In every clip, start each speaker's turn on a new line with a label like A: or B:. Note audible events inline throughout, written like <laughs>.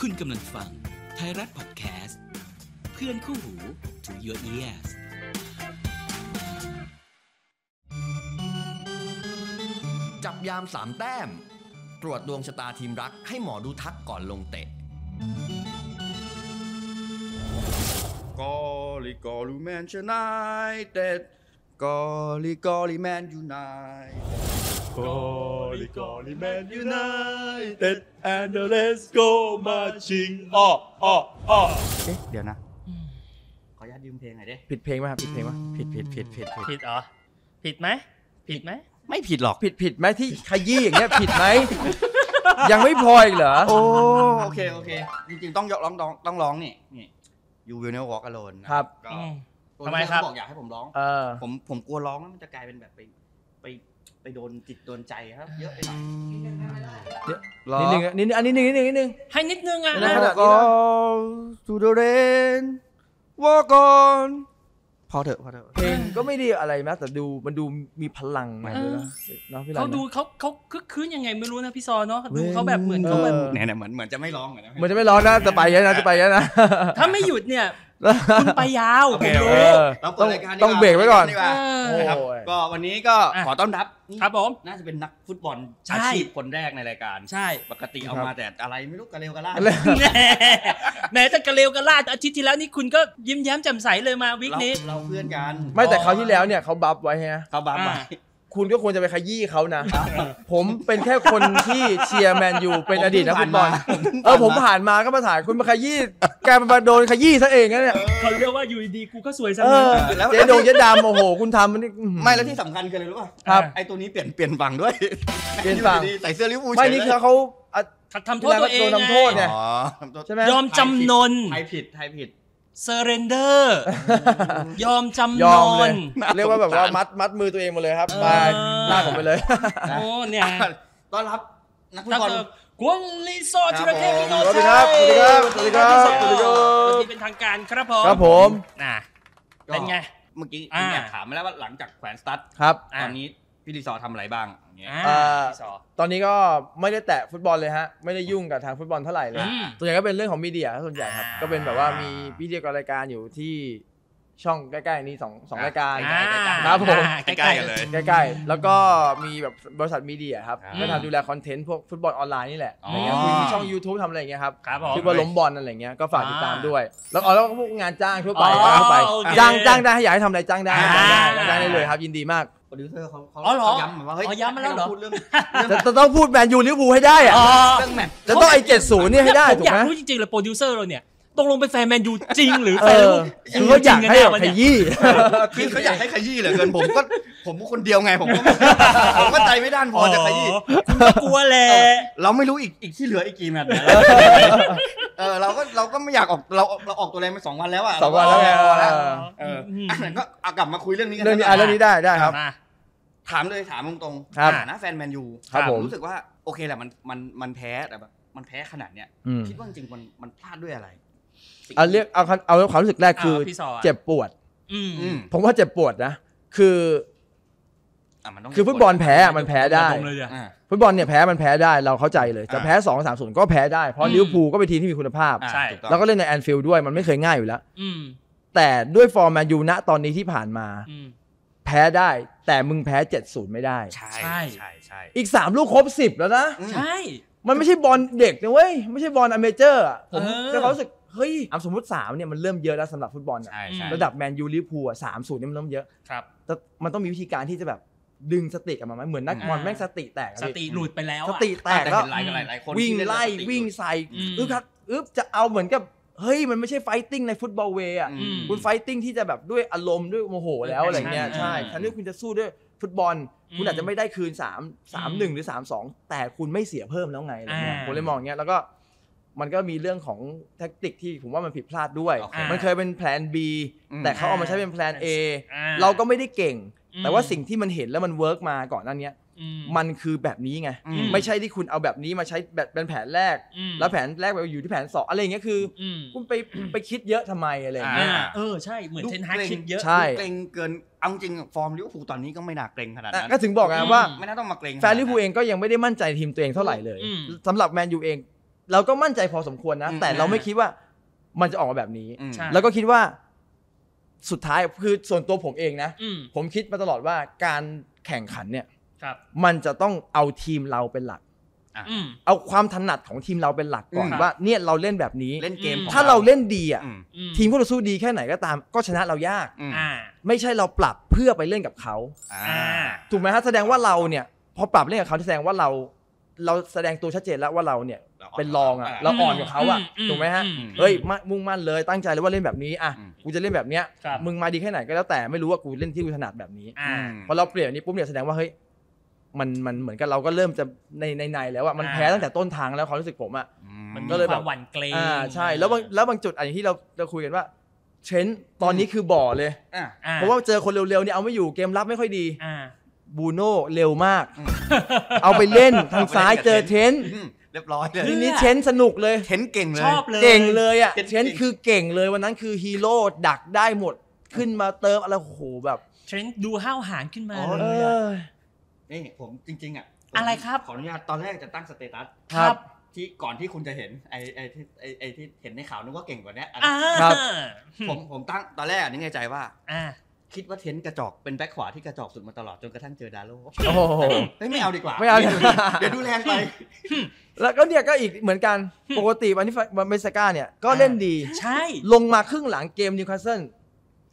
A: คุณกำลังฟัง ไทยรัฐพอดแคสต์ เพื่อนคู่หู to your ears
B: จับยามสามแต้ม ตรวจดวงชะตาทีมรักให้หมอดูทักก่อนลงเตะ
C: กอลิกอลิแมนชนะเต็ดกอลิกอลิแมนยูไน
D: กอลิกอลิแมนยูไนเต็ดแอนเดอร์เลสโกมาชิงอ้ออ้ออ้อ
E: เอ๊ะเดี๋ยวนะ
C: ขออนุญาตยืมเพลงหน่อยดิ
E: ผิดเพลงไหมครับผิดเพลงไหมผิดผิดผิดผิดผิ
F: ผิด
E: ด
F: เหรอ ผิดไหม ผิดไหม
E: ไม่ผิดหรอกผิดผิดไหมที่ขยี้อย่างเงี้ยผิดไหม ยังไม่พออีกเหรอ
C: โอ้โอเคโอเค จริงๆ ต้องยกร้องต้องต้องร้องนี่นี่ You will never walk alone นะครับ ก็
F: ทำไมครับ
C: เขาบอกอยากให้ผมร้อง
E: เออ
C: ผมผมกลัวร้องแล้วมันจะกลายเป็นแบบไปไปไปโดนจิตโดนใจครับ เยอะไปหน่อย
B: เหรอ
E: นิดนึงอะนิดนึงอันนี้นิดนึงนิดนึง
F: ให้นิดนึงอ่ะ
E: นิดนึงขนาด
C: ก
E: นี้
C: อ
E: นะ
C: สูดเรนวอกอนพอเถอะพอเถอะ
E: เพลงก็ไม่ได้อะไรนะแต่ดูมันดูมีพลังใหม่เลยนะเนาะพี่รั
F: เขา
E: น
F: ดู
E: นะ
F: เขาเขาคึกคืนยังไงไม่รู้นะพี่ซอเนาะ ดูเขาแบบเหมือนเขาแบบ
E: เออ
C: ไหนๆเหมือนเหมือนจะไม่ร้องเหมือนจะ
E: มันจะไม่ร้อนนะจะไปแล้วนะจะไปแล้วนะ
F: ถ้าไม่หยุดเนี่ย คุณไปยาว
C: โอเค
F: ผม
C: โอเคเรา
F: รู้
E: ต้อง
C: เปิดรายการดีว่า
E: ต้องเบรกไว้ก่อน
C: ดี
F: เออ
E: โอ้
C: นะครับ
E: โย
C: ก็วันนี้ก็
F: อ่ะ
C: ขอต้อนรับนี่
F: ครับผม
C: น่าจะเป็นนักฟุตบอล
F: ใช่
C: อาชีพคนแรกในรายการ
F: ใช่
C: ปกติเอามาแต่อะไรไม่รู้กระเลวกระล่าด
E: อะไร
F: แหมแหม้แต่กระเลวกระลาดอาทิตย์ที่แล้วนี่คุณก็ยิ้มแย้มแจ่มใสเลยมาวิก
C: เรา
F: นี้
C: เราเพื่อนกัน
E: ไม่แต่คราวที่แล้วเนี่ยเขาบัฟไว้ฮะ
C: เขาบ้าไป
F: อ่า
E: คุณก็ควรจะไปขยี้เขานะ ผมเป็นแค่คนที่เชียร์แมนยูเป็นอดีตนักฟุตบอล เออผมผ่านมาก็มาถ่ายคุณมาขยี้แกมาโดนขยี้ซะเองนะเนี่ย
F: เขาเรียกว่าอยู่ดีๆกูก็สวยซะ
E: เอ
F: งั้น
E: อเจ๊ดงเจ๊ดำโอ้โห คุณทำมันนี่
C: ไม่แล้วที่สำคัญคืออะไรรู้ป่ะ
E: ครับ
C: ไอตัวนี้เปลี่ยนเปลี่ยนฝั่งด้วย
E: เปลี่ยนฝั่ง
C: อยู่ดีๆใส่เสื้อลิเวอร์พูล
E: ไม่นี่คือเขาอ่ะ
F: ทำโทษตัวเอง
E: โดนทำโทษ
F: ไง
E: เนี่ย
C: อ๋อ
E: ใช่ไหม
F: ยอมจำนน
C: ไทยผิดไทยผิด
F: surrender ยอมจำ
E: ย
F: น
E: อมเล
F: น
E: ยเรียกว่าแบบว่ามัดมัดมือตัวเองหมดเลยครับบาย
F: เออ
E: ลากผมไปเลย
F: โอ้เนี่ย
C: อ่ะต้อนรับนักฟุต
F: ถ้า
C: บอล
F: เกิดกวนลีซอร์ธีรเทพวิโน
E: สวัสดี
F: ชัย
E: ครับสวัสดีครับ
F: สวัสดีค
E: ส
F: รั
E: วัสดีครั
F: บ สวัสดีเป็นทางการครับผม
E: ครับผม
F: น่ะเป็นไง
C: เมื่อกี้
F: อ่า
C: ผมอยากถามมาแล้วว่าหลังจากแขวนสตั๊ด
E: ครับ
C: ตอนนี้พี่รีซอร์ทำอะไรบ้างเนี่ย
F: อ่า
E: เอ่อ
C: พี่ซอร์
E: ตอนนี้ก็ไม่ได้แตะฟุตบอลเลยฮะ ไม่ได้ยุ่งกับทางฟุตบอลเท่าไหร่เลย
F: อืม
E: ส่วนใหญ่ก็เป็นเรื่องของมีเดียส่วนใหญ่ครับ
F: อ่า
E: ก็เป็นแบบว่ามีวิดีโอรายการอยู่ที่ช่องใกล้ๆนี้สองสองรายการ
F: อ่า
E: ครับผม
F: อ่า
C: ใกล้ๆกันเลย
E: ใกล้ๆ แล้วก็มีแบบบริษัทมีเดียครับ
C: อ่า
E: ก็ทำดูแลคอนเทนต์พวกฟุตบอลออนไลน์นี่แหละ
C: อ๋อ
E: ไม่งั้นมีช่อง YouTube ทำอะไรอย่างเงี้ยครับ
F: ครับผม
E: ที่ว่าล้มบอลอะไรอย่างเงี้ยก็ฝากติดตามด้วย แล้วอ๋อแล้วก็พวกงานจ้างทั่วไป
F: อ๋อ
E: จ้างทั่วไป
F: โอเค
E: จ้างจ้างได้ให้อยากให้ทำอะไรจ้างได้
F: อ่า
E: จ้างได้จ้างได้เลยครับยินดีมาก
C: โปรดิวเซอร์เขาเขา
F: อ๋อเหรอ
C: เขาย้ำมาว่าเฮ้ย
F: อ๋อย้ำมาแล้วเหรอ
C: พูดเรื่อง
E: จะจะต้องพูดแมนยูลิเวอร์พูลให้ได้อะ
F: อ๋อ
C: เรื่องแมตช์
E: จะต้องไอ้เจ็ดศูนย์เนี่ยให้ได้
F: ผม
E: ถู
F: อก ยาก
E: ไหม
F: รู้จริงๆเลยโปรดิวเซอร์เราเนี่ยตกลงเป็นแฟนแมนยูจริงหรือ
E: เอ
F: แฟน
E: อ
F: ลูก
E: คือเขาอยากให้แบบขยี้
C: คือเขาอยากให้ขยี้เหลือเกินผมก็ผมคนเดียวไงผมก็ไม่ผมก็ใจไม่ด้านพอจะขยี้
F: คุณก็กลัวแหละ
C: เราไม่รู้อีกอีกที่เหลืออีกกี่แมตช์เนี่ยเออเราก็เราก็ไม่อยากออกเราเราออกตัวแรงมาสองวันแล้วอะ
E: สองวันแล้วไง
C: เออ
E: เออ
C: เอออ่ะงั้นก็เอากลับมาคุยเรื่องนี้กัน
E: เรื่องนี้อ่ะ
C: สักหย
E: เรื่องนี้ได้ได้ครับ
F: มา
C: ถามเลยถามตรง
E: ครับ
C: ในฐานะแฟนแมนยู
E: ครับผม
C: รู้สึกว่าโอเคแหละมันมันมันแพ้แต่แบบมันแพ้ขนาดเนี้ย
E: อืม
C: คิดว่าจริงๆมันมันพลาดด้วยอะไรสิ่ง
E: เอาเรียกเอาเอาความรู้สึกแรกคือ
F: เอาพี่ซออ่ะ
E: เจ็บปวด
F: อืม
C: อืม
E: ผมว่าเจ็บปวดนะ คือ
C: อ่ะมันต้อง
E: คือฟุตบอลแพ้อะมันแพ้ได้
F: ผมเลยเนี่ย
C: อ่ะ
E: ฟุตบอลเนี่ยแพ้มันแพ้ได้เราเข้าใจเลยจะ
C: อ่า
E: แพ้2อสามศูนย์ก็แพ้ได้ เพราะลิเวอร์พูลก็เป็นทีมที่มีคุณภาพ
C: อ่ะ
F: ใช่
C: ถูต้อง
E: แล้วก็เล่นในแอนฟิลด์ด้วยมันไม่เคยง่ายอยู่แล้ว
F: อืม
E: แต่ด้วยฟอร์แมนยูณตอนนี้ที่ผ่านมา
F: อืม
E: แพ้ได้ แต่มึงแพ้ 7 0 ไม่ได้
C: ใช่
F: ใช่
C: ใช่ใช่ใช่
E: อีก 3 ลูกครบ 10 แล้วนะ
C: อืม
F: ใช่
E: มันไม่ใช่บอลเด็กนะเว้ย ไม่ใช่บอลอเมเจอร์อะผม
F: เออ
E: แล้วเขารู้สึก เฮ้ยอ่ะสมมติ 3 เนี่ยมันเริ่มเยอะแล้วสำหรับฟุตบอลอะ
C: ใช่ใช่
E: ระดับแมนยูลิเวอร์พูลสามศูนย์เนี่ยมันเริ่มเยอะ
F: ครับ
E: แต่มันต้องมีวิธีการที่จะแบบดึงสติกลับมาไหมเหมือนนักบอลแม่งสติแตกอะ
F: ส
E: พี่
F: ติหลุดไปแล้ว
E: ส
F: อะ
E: ติแตก
C: แต่
E: แล้ว
C: เห็นหลายหลายคน
E: วิ่ง
C: ที่เน
E: ไล่
C: สติ
E: วิ่งใส่
F: อืม
E: อึ๊บครับอึ๊บจะเอาเหมือนกับเฮ้ยมันไม่ใช่ไฟติ้งในฟุตบอลเวย์อ่ะ
C: อืม
E: คุณไฟติ้งที่จะแบบด้วยอารมณ์ด้วยโมโหแล้วอะไรเงี้ย
F: ด้วย passion
E: ใช่
C: อืม
E: ทันที่คุณจะสู้ด้วยฟุตบอล คุณอาจจะไม่ได้คืน 3 3 1 หรือ 3 2 แต่คุณไม่เสียเพิ่มแล้วไงอะไรเงี้ย
F: อ่า
E: ผมเลยมองเงี้ยแล้วก็มันก็มีเรื่องของแทคติกที่ผมว่ามันผิดพลาดด้วย
C: โอเค
E: มันเคยเป็นแผน B
C: อืม
E: แต่เขาเอามาใช้เป็นแผน A
F: อ่า
E: เราก็ไม่ได้เก่ง แต่ว่าสิ่งที่มันเห็นแล้วมันเวิร์กมาก่อนหนั้นเนี้ย
F: อื
E: มันคือแบบนี้ไง
C: อืม
E: ไม่ใช่ที่คุณเอาแบบนี้มาใช้แบบเป็นแผนแรก
F: อืม
E: แล้วแผนแรกไปอยู่ที่แผนสองอะไรอย่างเงี้ยคืออ
F: อืม
E: คุณไป ไปคิดเยอะทำไมอะไรอย่างเงี้ย
F: อ่า
C: อ่า
F: เออใช่เหมือน
C: ดู
F: เทนฮาก
C: รง
F: คิดเยอะ
E: ใช่
C: ดูเกรงเกินเอาจริงฟอร์มลิเวอร์พูลตอนนี้ก็ไม่น่าเกรงขนาด
E: อ่ะ
C: นั้น
E: ก็ถึงบอกไงว่า
F: อืม
C: ไม่น่าต้องมาเกรง
E: แฟนลิเวอร์พูลเองก็ยังไม่ได้มั่นใจในทีมตัวเองเท่าไหร่เลย
F: อืม
E: สำหรับแมนยูเอง เราก็มั่นใจพอสมควรนะ
A: อืม
E: แต่เราไม่คิดว่ามันจะออกมาแบบนี้
G: อืม
F: ใช่
E: แล้วก็คิดว่าสุดท้ายคือส่วนตัวผมเองนะ
F: อืม
E: ผมคิดมาตลอดว่าการแข่งขันเนี่ย
F: ครับ
E: มันจะต้องเอาทีมเราเป็นหลัก
F: อืม
E: เอาความถนัดของทีมเราเป็นหลักก่อน
G: อืม
E: ว่าเนี่ยเราเล่นแบบนี้
G: เล่นเกมของ
E: ถ้าเราเล่นดีอ่ะ
G: อืม
F: อื
E: ทีมผู้ต่อสู้ดีแค่ไหนก็ตาม ก็ชนะเรายาก
G: อืม
F: อ่า
E: ไม่ใช่เราปรับเพื่อไปเล่นกับเขา
G: อ่า
F: อ่า
E: ถูกไหมฮะแสดงว่าเราเนี่ย พอปรับเล่นกับเขาแสดงว่าเรา เราแสดงตัวชัดเจนแล้วว่าเราเนี่ยเป็นรองอ่ะ
G: อ่า
E: เราอ่อนกว่าเขาอ่ะ
F: อืมอืม
E: ถูกไหมฮะ
F: อืม
E: เฮ้ยมามุ่งมั่นเลยตั้งใจเลยว่าเล่นแบบนี้อ่ะ
G: อืม
E: กูจะเล่นแบบเนี้ย
F: ครับ
E: มึงมาดีแค่ไหนก็แล้วแต่ไม่รู้ว่ากูเล่นที่กูถนัดแบบนี้
F: อ่า
E: พอเราเปลี่ยนแบบนี้ปุ๊บเนี่ยแสดงว่าเฮ้ยมันมันเหมือนกับเราก็เริ่มจะในในในแล้วอ่ะมัน
F: อ่า
E: แพ้ตั้งแต่ต้นทางแล้วความรู้สึกผมอ่ะ
G: อื
F: มัน
E: ก็
F: ก็
E: เล
F: เลยย
E: แบ
F: แบบ บหวั่นเกรง
E: อ่าใช่แล้วบางแล้วบางจุดอันที่เราเราคุยกันว่าเชนตอนนี้คือบ่อเลย
C: <laughs>
G: อ่ะ
F: อ่
E: เพราะว่าเจอคนเร็วๆเนี่ยเอาไม่อยู่เกมรับไม่ค่อยดี
F: อ่า
E: บูโน่เร็วมาก เอาไปเล่นทางซ้ายเจอเทน
G: อืมเรียบร้อยเลย
E: ทีนี้เทนสนุกเลย
G: เทนเก่งเลย
F: ชอบเลย
E: เก่งเลยอ่ะ
G: เทน
E: เทน
G: เก่ง
E: คือเก่งเลยวันนั้นคือฮีโร่ดักได้หมดขึ้นมาเติมอะไรโอ้โหแบบ
F: เทรนด์ดูห้าวหาญขึ้นมา
C: อ๋อ
F: เลย
E: เอ
F: อะ
E: อ
C: นี่ผมจริงๆอ่ะผม
F: อะไรครับ
C: ขออนุญาตตอนแรกจะตั้งสเตตัส
E: ครับ
C: ที่ก่อนที่คุณจะเห็นไอ้ไอ้ที่ไอ้ไอ้ที่เห็นในข่าวนึกว่าเก่งกว่าเนี้ยอัน
F: อ่า
E: ครับ
C: ผมผมตั้งตอนแรกอะนึกในใจว่า
F: อ่า
C: คิดว่าเทนต์กระจอกเป็นแบ็คขวาที่กระจอกสุดมาตลอดจนกระทั่งเจอดาโล
E: โอ้โห
C: เฮ้ยไม่เอาดีกว่า
E: ไม่เอา
C: เดี๋
E: <laughs>
C: ยวดูแลไป
E: แล้วก็เนี่ยก็อีกเหมือนกันปกติวันที่เมสก้าเนี่ยก็เล่นดี
F: ใช่
E: ลงมาครึ่งหลังเกมนิวคาสเซิล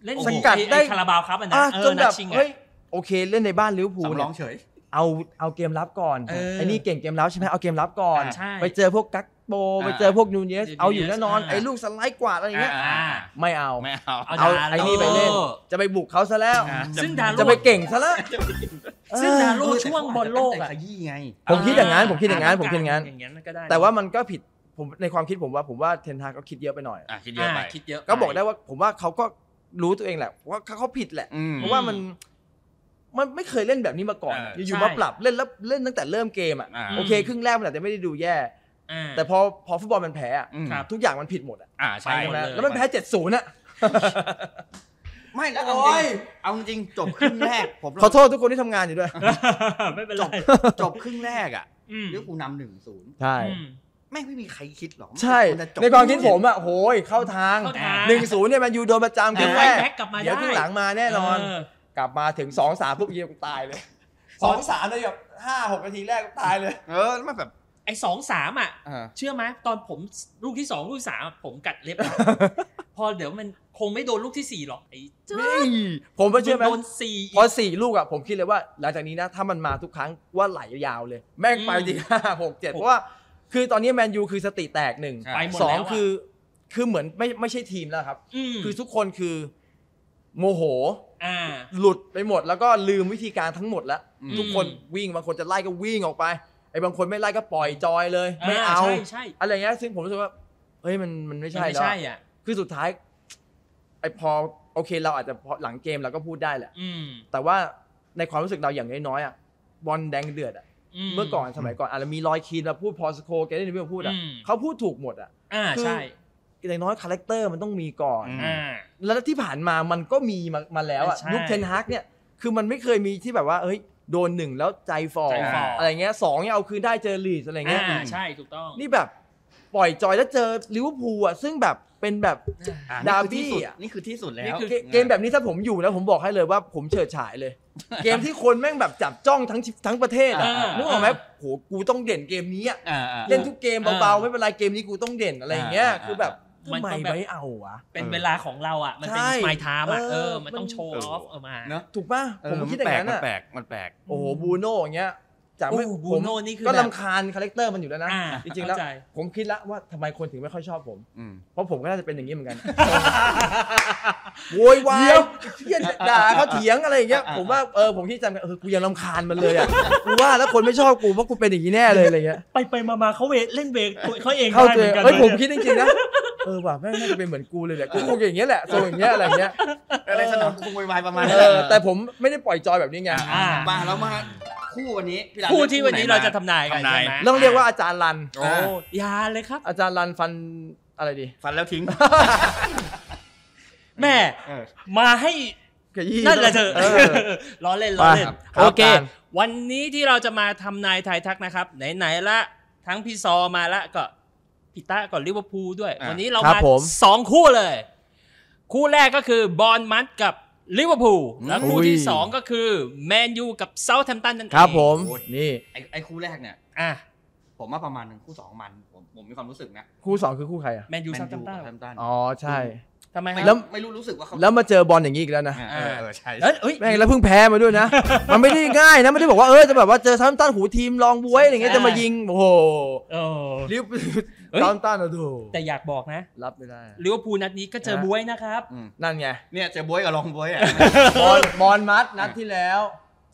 F: เล่น
E: สกัดได้
F: คาราบาวครับอันนั้
E: อ่ะ
F: นเอ
E: จ
F: อน
E: แบ
F: นัด
E: บ
F: ชิง
E: เฮ้
F: อ่ะ
E: ยโโอเคเล่นในบ้านลิเวอร์พูล
C: สำร
E: เนี่
C: อง
E: ย
C: เฉย
E: เอาเอาเกมรับก่อน
F: เออ
E: ไอ้นี่เก่งเกมรับใช่ไหมเอาเกมรับก่อน
F: อ่าใช่
E: ไปเจอพวกกักโบไปเจอพวกนูเนส
F: Nunez
E: เอาอยู่แน่นอน
F: อ่า
E: ไอ้ลูกสไลด์กวาดอะไรอย่างเงี้ย
F: อ่า
E: ไม่เอา
G: ไม่เอา
E: เอา
F: ด
E: ไอ้นี่ไปเล่น
F: ออ
E: จะไปบุกเขาซะแล้ว
F: ซึ่งดา
E: จะ
F: โล
E: ไปเก่งซะแล้ว
F: ซึ่งดาโล
C: เออ
F: ช่วงบอลโลกอ่ะ
E: ผมคิดอย่างนั้นผมคิดอย่างนั้นผมคิดอย่างนั้น
F: อย่างนั้นก็ได้
E: แต่ว่ามันก็ผิดผมในความคิดผมว่าผมว่าเทนทาก็คิดเยอะไปหน่อย
G: อ่ะคิดเยอะ
F: อ่า
G: ไป
F: คิดเยอะ
E: ก็บอกได้ว่าผมว่าเขาก็รู้ตัวเองแหละว่าเขาผิดแหละ
G: อืม
E: เพราะว่ามันมันไม่เคยเล่นแบบนี้มาก่อน
G: เอออ
E: อยู่ๆมาปรับเล่นแล้วเล่นตั้งแต่เริ่มเกมอ่ะ
G: อ่า
E: โอเคครึ่งแรกมันอาจจะไม่ได้ดูแย่
F: อ่า
E: แต่พอพอฟุตบอลมันแพ้อะ
G: อืม
F: ครับ
E: ทุกอย่างมันผิดหมดอะ
G: อ่าใช่
F: ไปหมดเลย
E: แล้วมันแพ้ 70น่ะ
C: ไม่แล้วเอา
E: โอ้
C: จริ
E: ย
C: งเอาจริงจบครึ่งแรกผม
E: ขอโทษทุกคนที่ทำงานอยู่ด้วย
F: <laughs> ไม่เป็น
C: จ
F: ไร
C: บจบครึ่งแรกอ่ะ
F: อืม
C: ลิเวอร์พูลนำหนึ่งศูนย์
E: ใช่
F: อืม
C: แม่งไม่มีใครคิดหรอก
E: ใช่
C: จะจบ
E: ในความคิดผมอะโหยเข้าทาง
F: เข้าทาง
E: 1-0เนี่ยมันยูโดนประจำครึ่งแรก
F: แบ็คกลับมาได้
E: เดี๋ยวครึ่งหลังมาแน่นอน
F: เ
E: กลับมาถึง 2-3ปุ๊บยิงตายเลย 2-3เลยแบบ5-6นาทีแรกก็ตายเลย
G: เออไม่แบบ
F: ไอ้สองสามอ่ะ
G: อ่า
F: เชื่อไหมตอนผมลูกที่สองลูกที่สามผมกัดเล็
E: <laughs>
F: บ พอเดี๋ยวมันคงไม่โดนลูกที่สี่หรอกไอ้เจ้า
E: ผมไม่เชื่อไหม
F: โดนสี่อีก
E: พอสี่ลูกอะผมคิดเลยว่าหลังจากนี้นะ ถ้ามันมาทุกครั้งว่าไหลยาวเลย แม่งไป
F: อืม
E: จริงห้าหกเจ็ดเพราะว่าคือตอนนี้แมนยูคือสติแตกหนึ่ง
F: ไปหมด
E: สอง
F: แล้วอะ
E: คือคือเหมือนไม่ไม่ใช่ทีมแล้วครับ
F: อืม
E: คือทุกคนคือโมโห
F: อ่า
E: หลุดไปหมดแล้วก็ลืมวิธีการทั้งหมดแล้ว
G: อืม
E: ทุกคนวิ่งบางคนจะไล่ก็วิ่งออกไปไอ้บางคนไม่ไล่ก็ปล่อยจอยเลย ไม่เอา
F: ใช่ใช่
E: อะไรเงี้ยซึ่งผมรู้สึกว่าเฮ้ยมันมันไม่
F: ไม่
E: ใช่แล้ว
F: ใช่
E: อะ
F: อ่ะ
E: คือสุดท้ายไอ้พอโอเคเราอาจจะพอหลังเกมเราก็พูดได้แหละ
F: อืม
E: แต่ว่าในความรู้สึกเราอย่างน้อยๆอ่ะบอลแดงเดือดอ่ะเมื่อก่อนสมัยก่อนอาจจะมีรอยคีนมาพูดพอสโคแกได้ยินไม่พูดอ่ะเขาพูดถูกหมดอ่ะ
F: อ่าใช่
E: อย่างน้อยคาแรคเตอร์มันต้องมีก่อน
G: อืม
F: อ่า
E: แล้วที่ผ่านมามันก็มีมามาแล้วอะ
F: ใช่
E: ยุคเทนฮากเนี่ย คือมันไม่เคยมีที่แบบว่าเฮ้ย โดนหนึ่งแล้วใจฟอ
F: ใจฟอ
E: อะไรเงี้ยสองเนี่ยเอาคืนได้เจอลีดอะไรเงี้ย
F: อ่าใช่ถูกต้อง
E: นี่แบบปล่อยจอยแล้วเจอลิเวอร์พูลอะซึ่งแบบเป็นแบบ
C: อ่ะ
E: ดาร์บี้
C: นี่คือที่สุ
E: อ่ะ
C: นี่คือที่สุดแล้ว
F: นี่คือ
E: เกเกมแบบนี้ถ้าผมอยู่นะผมบอกให้เลยว่าผมเฉิดฉายเลย เกมที่คนแม่งแบบจับจ้องทั้งทั้งประเทศอะ
F: อ่านึ
E: นึกออกไหม
F: อ่า
E: โหกูต้องเด่นเกมนี้อะ
C: อ่าอ่า
E: เล่นทุกเกมเบาๆไม่เป็นไรเกมนี้กูต้องเด่นอะไรอย่างเงี้ย
C: อ่าอ่า
E: คือแบบทำไม
F: ต้องแบบ
E: ไม่เอาวะ
F: เป็นเวลาของเราอ่ะ มันเป็น
E: ใช่
F: สมายไทม์อ่ะ
E: เอ
F: เอ
E: อ
F: อ มันต้อง
E: มัน
F: โชว์ออฟออกมา
C: เนอะ
E: ถูกป่ะผมก็คิดอย่างนั้น
G: มั
E: อะ
G: แปลกมันแปลก
E: โอ้โหบูโน่อย่างเงี้ยจาก
F: โอ้
E: ไม่
F: โห
E: ผม
F: บูโน่นี่คือ
E: ก็
F: แบบ
E: ลำคาญคาแรคเตอร์มันอยู่แล้วนะ
F: อ่า
E: จริงๆแล้ว
F: เข้าใจ
E: ผมคิดละว่าทำไมคนถึงไม่ค่อยชอบผม
G: อืม
E: เพราะผมก็น่าจะเป็นอย่างนี้เหมือนกัน โวยวายเหี้ยด่าเขาเถียงอะไรอย่างเงี้ยผมว่าเออผมคิดจำกันเออกูยังลำคาญมันเลยอ่ะกูว่าแล้วคนไม่ชอบกูเพราะกูเป็นอย่างนี้แน่เลยอะไรเงี้ย
F: ไปไปมามาเขาเวเล่นเวกเขาเอง
E: เข้า
F: ได้เห
E: เจ
F: มื
E: อ
F: อนกัน
E: เฮ้ยผม
F: นะ
E: คิดจริงๆนะเออว่ะแม่งน่าจะเป็นเหมือนกูเลยแหละกูคงอย่างเงี้ยแหละทรงอย่างเงี้ยอะไรเงี้ย
C: อะไรสนามคงวยวายประมาณ
E: เออแต่ผมไม่ได้ปล่อยจอยแบบนี้ไง
F: อ่า
C: มาแล้วมาคู่วันนี้พี่ดาว
F: คู่ที่วันนี้
G: ไหน
F: เรา
G: มา
F: จะทำนายกัน
G: ทำนาย
F: ใช่ไหม
E: ต้องเรียกว่าอาจารย์รัน
G: โอ้
F: ยาเลยครับ
E: อาจารย์รันฟันอะไรดี
C: ฟันแล้วทิ้ง
F: แม่
C: เออ
F: มาให้
E: ขยี้
F: นั่นแหละเธอ
E: เออ
F: ล้อเล่นล้อเล่น
E: ไปครับ
F: โอเค
E: ครับ
F: วันนี้ที่เราจะมาทำนายทายทักนะครับ ไหน ๆ ละ ทั้งพี่ซอมาละก็ พิต้าก่อนลิเวอร์พูลด้วย
C: อ่ะ
F: วันนี้เรา
E: ครับ
F: มา
E: ผม
F: สองคู่เลย คู่แรกก็คือบอลมัดกับลิเวอร์พูลและคู่
E: อุ้ย
F: ที่สองก็คือแมนยูกับเซาท์แฮมป์ตันนั่นเอง
E: ครับผม
C: โอ้ย
E: นี่
C: ไอ้ไอ้คู่แรกเนี่ย
F: อ่ะ
C: ผมว่าประมาณหนึ่งคู่สองมันผมผมมีความรู้สึกนะ
E: คู่สองคือคู่ใครอ่ะ
F: แมนยูเซาท์แฮมป์ตัน
C: แซมตัน
E: อ๋อใช่
F: ทำไม
C: ไม่
E: แล้
F: แล้ว ว
C: ไม่รู้รู้สึกว่าเขา
E: แล้วมาเจอบอลอย่างนี้อีกแล้วนะ
C: อ่าเออเออใช่
F: เอ้ยเอ้ย
E: แม่งแล้วเพิ่งแพ้มาด้วยนะ
F: <laughs>
E: มันไม่ได้ง่ายนะไม่ได้บอกว่าเออจะแบบว่าเจอซัมตันหูทีมรองบวยอะไรเงี้ย
F: ใช่
E: จะมายิงโอ้โห
F: เออ
E: ลิฟต์
F: เฮ้ย
E: ซัมตันอะดู
F: แต่อยากบอกนะ
E: รับไม่ได้
F: ลิเวอร์พูลนัดนี้ก็เจอ
E: นะ
F: บวยนะครับ
E: นั่นไง
C: เนี่ยเจอบวยกับรองบวยอ่ะ
E: บอลบอลมัดนัดที่แล้ว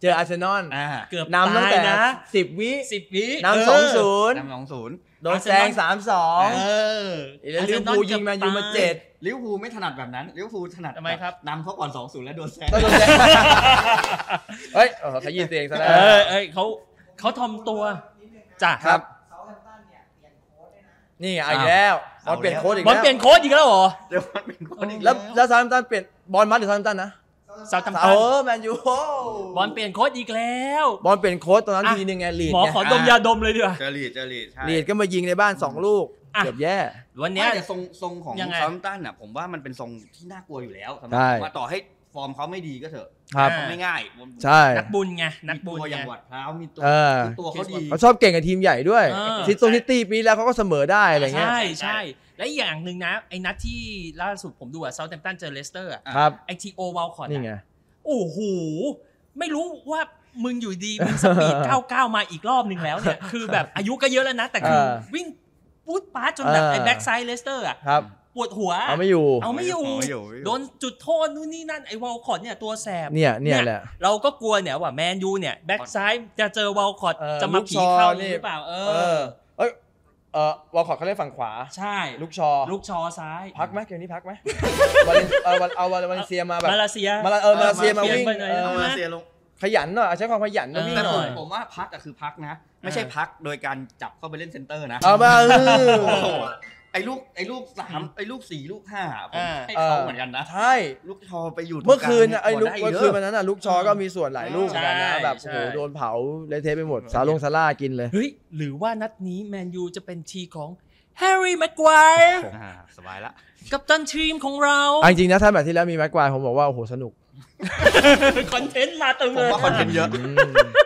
E: เจออาร์เซนอล
C: อ่า
F: เกือบ
E: นำตั้ง
F: ตาย
E: แต่
F: นะ
E: สิบวิ
F: สิบวิ
E: นำสองศูนย์
C: นำสองศูนย์
E: โดนแซงสามสอง
F: เออ
E: แล้วลิเวอร์พูลยิงแมนยูมาเจ็ด
C: ลิเวอร์พูลไม่ถนัดแบบนั้นลิเวอร์พูลถนัด
F: ทำไมครับ
C: นำเขาก่อน2อศูนย์แล้วโดนแซง
E: ต้องโดนแซง <laughs> เฮ้ยเออขยี้ตัวเองซะแล้ว
F: เออเอ้ยเขาเขาทอมตัวจ้ะ
E: ครับ นี่ไงเอาอีกแล้วบอลเปลี่ยนโค้ดอีก
F: บอล
E: แล้ว
F: เปลี่ยนโค้ชอีกแล้วเหรอ
C: เดี๋ยวมันเป็นคนอีก
E: แล้
C: แล้ว ว
E: แล้วซัมตันเปลี่ยนบอลมัดหรือซัมตันนะ
F: เซาท์แฮมป์
E: เอ
F: ตัน
E: อแมนยูโอ้
F: บอลเปลี่ยนโค้ชอีกแล้ว
E: บอลเปลี่ยนโค้ชตอนนั้น
F: อ่ะ
E: ทีนึงไงลีด
F: หมอ
E: ไง
F: ขอดมยาดมเลยดีกว่า
G: เจรีดเจรีดใช่
E: ลีดก็มายิงในบ้าน 2 ลูก
F: อ่ะ
E: เกือบแย่
F: วัน
C: เนี่ย
F: เนี้ย
C: แต่ทรงทรงของ
F: ยังไง
C: ซัมตันอ่ะผมว่ามันเป็นทรงที่น่ากลัวอยู่แล้วสำหรั
E: ใช่
C: ว่าต่อให้ฟอร์มเขาไม่ดีก็เถอะ
E: ครับ
F: อ่า
C: ไม่ง่าย
E: ใช่
F: นักบุญไงนักบุญ
C: มีตัวอ
F: ไง
C: ย่างหวัดพร้าวมีตัว
E: เออ
C: คือตัวเขาดี
E: เขาชอบเก่งกับทีมใหญ่ด้วย
F: เออ
E: ซิตงซิตี้ปีแล้วเขาก็เสมอได้อะไรเงี้ย
F: ใช่ใช่ และอีกอย่างหนึ่งนะ ไอ้นัดที่ล่าสุดผมดูอะเซาท์แฮมป์ตันเจอเลสเตอร์อะ
E: ครับ
F: ไอทีโอวอลคอร์ด
E: นี่ไง
F: โอ้โห ไม่รู้ว่ามึงอยู่ดี มึงสปีด 99 มาอีกรอบหนึ่งแล้ว
E: <laughs>
F: เนี่ย คือแบบอายุก็เยอะแล้วนะ แต่คือ
E: เออ
F: วิ่งปุ๊ดป๊าดจนแบบ
E: เออ
F: ไอ้แบ็กไซด์เลสเตอร์อะ
E: ครับ
F: ปวดหัว
E: เอาไม่อยู่
F: เอาไม่อยู่
G: เอาไม่อยู่
F: โดนจุดโทษนู่นนี่นั่นไอ้วอลคอร์ดเนี่ยตัวแสบ
E: เนี่ยเนี่ยแหละ
F: เราก็กลัวเนี่ยว่าแมนยูเนี่ยแบ็กซ้ายจะเจอวอลคอต
E: เออ
F: จะมาผีเข้า
E: ลูกชอนี่
F: หรือเปล่า เอ
E: เอ
F: อ
E: อเอ้ยเออวอลคอร์ดเขาเล่นฝั่งขวา
F: ใช่
E: ลูกชอ
F: ลูกชอซ้าย
E: พักไหมเกมนี้พักไหม วาเลนเออวาเอาวาเลนเซียมาแบบ
F: มาเลเซีย
E: มาเลเออมาเลเซียมาวิ่ง
F: ปลี่นไปหน่อย
E: เออ
F: ได้
G: เอา
F: ไหม
G: มาเสียลง
E: ขยันหน่อยใช้ความขยันนะพี่
C: แต่
E: ห
C: ผ
E: น่
C: ม
E: อย
C: ผมว่าพักอะคือพักนะ ไม่ใช่พักโดยการจับเข้าไปเล่นเซนเตอร์นะ
E: เอามา <laughs> เออ
C: โอ้โหไอ้ลูกไอ้ลูกสามไอ้ลูกสี่ลูกห้าผม
F: อ่า
C: ให้เขาเหมือนกันนะ
E: ใช่
C: ลูกทอไปอยู่ตรง
E: เมื่อคืนน่ะ
C: กลาง
E: ไอ้ลูก
C: ได้
E: เมื่อ
C: เยะ
E: คืนวันนั้นน่ะลูกชอก็มีส่วนหลายลูกเหมือนกันนะ
F: ใช่
E: แบบโอ้โห
F: ใช่
E: โดนเผาเละเทะไปหมดซาลงซาร่ากินเลย
F: เฮ้ย หรือว่านัดนี้แมนยูจะเป็นทีของแฮร์รี่แม็กควาย
C: อ่าสบายละ
F: กับตันทีมของเรา
E: อ่ะจริงๆนะถ้าแบบที่แล้วมีแม็กควายผมบอกว่า โอ้โห สนุก
F: คอนเทนต์มาตึง
C: ผ
F: เล
C: ม
F: ย
C: ว่าคอนเทนต์เยอะ
E: อืม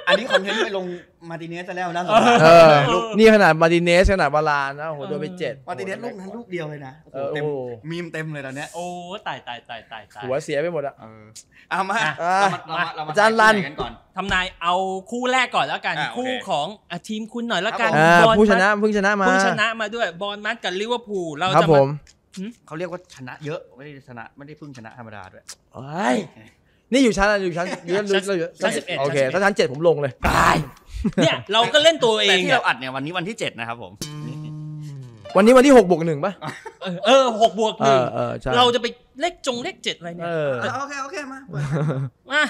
C: อันนี้คอนเทนต์ไปลงมาร์ติเนสซะแล้วนะ
E: เออนี่ขนาดมาร์ติเนสขนาดวาลานนะโอ้โหโดนไปเจ็ด
C: มาร์ติเนสลูกนั้นลูกเดียวเลยนะโอ้โห
E: เออ
C: เต็ม
E: โอ้โห
C: มีมเต็มเลยตอนเนี้ย
F: โอ้ ตายตายตายตายตาย
E: หัวเสียไปหมดอะ
C: เออเอามา
F: อ่ะ
C: เรามาเรามาเรามา
E: อาจารย์ลัน
C: ไหกันก่อน
F: ทำนายเอาคู่แรกก่อนแล้วกัน
G: อ่ะโอเค
F: คู่ของอ่ะทีมคุณหน่อยแล้วกัน
E: อ่า
F: บอลมัด
E: ผู้ชนะเพิ่งชนะมา
F: ผู้ชนะมาด้วยบอลมัดกับลิเวอร์พูลเรา
E: ครับ
F: จะ
E: ผม
F: าม
C: เขาเรียกว่าชนะเยอะไม่ได้ชนะไม่ได้เพิ่งชนะธรรมดาด้วย
E: โอ้ยนี่อยู่ชั้นอะไรอยู่ชั้นอยู่ชั้นอยู่
F: ชั้นสิบเอ็ด
E: โอเค
F: ชั้นสิบเอ็ด
E: ถ้าชั้นเจ็ดผมลงเลย
F: ตายเนี่ยเราก็เล่นตัวเอ
C: แต่
F: ง
C: ที่
F: เนี่ย
C: เราอัดเนี่ยวันนี้วันที่ 7 นะครับผม
E: วันนี้วันที่หกบวกหนึ่งป่ะ
F: เออเออหกบวก
E: เอ
F: หนึ่ง
E: อเออใช่
F: เราจะไปเลขจงเลขเจ็ดอะไรเนี่
E: เอย อ
C: โอเค โอเค มาเปิด
F: มา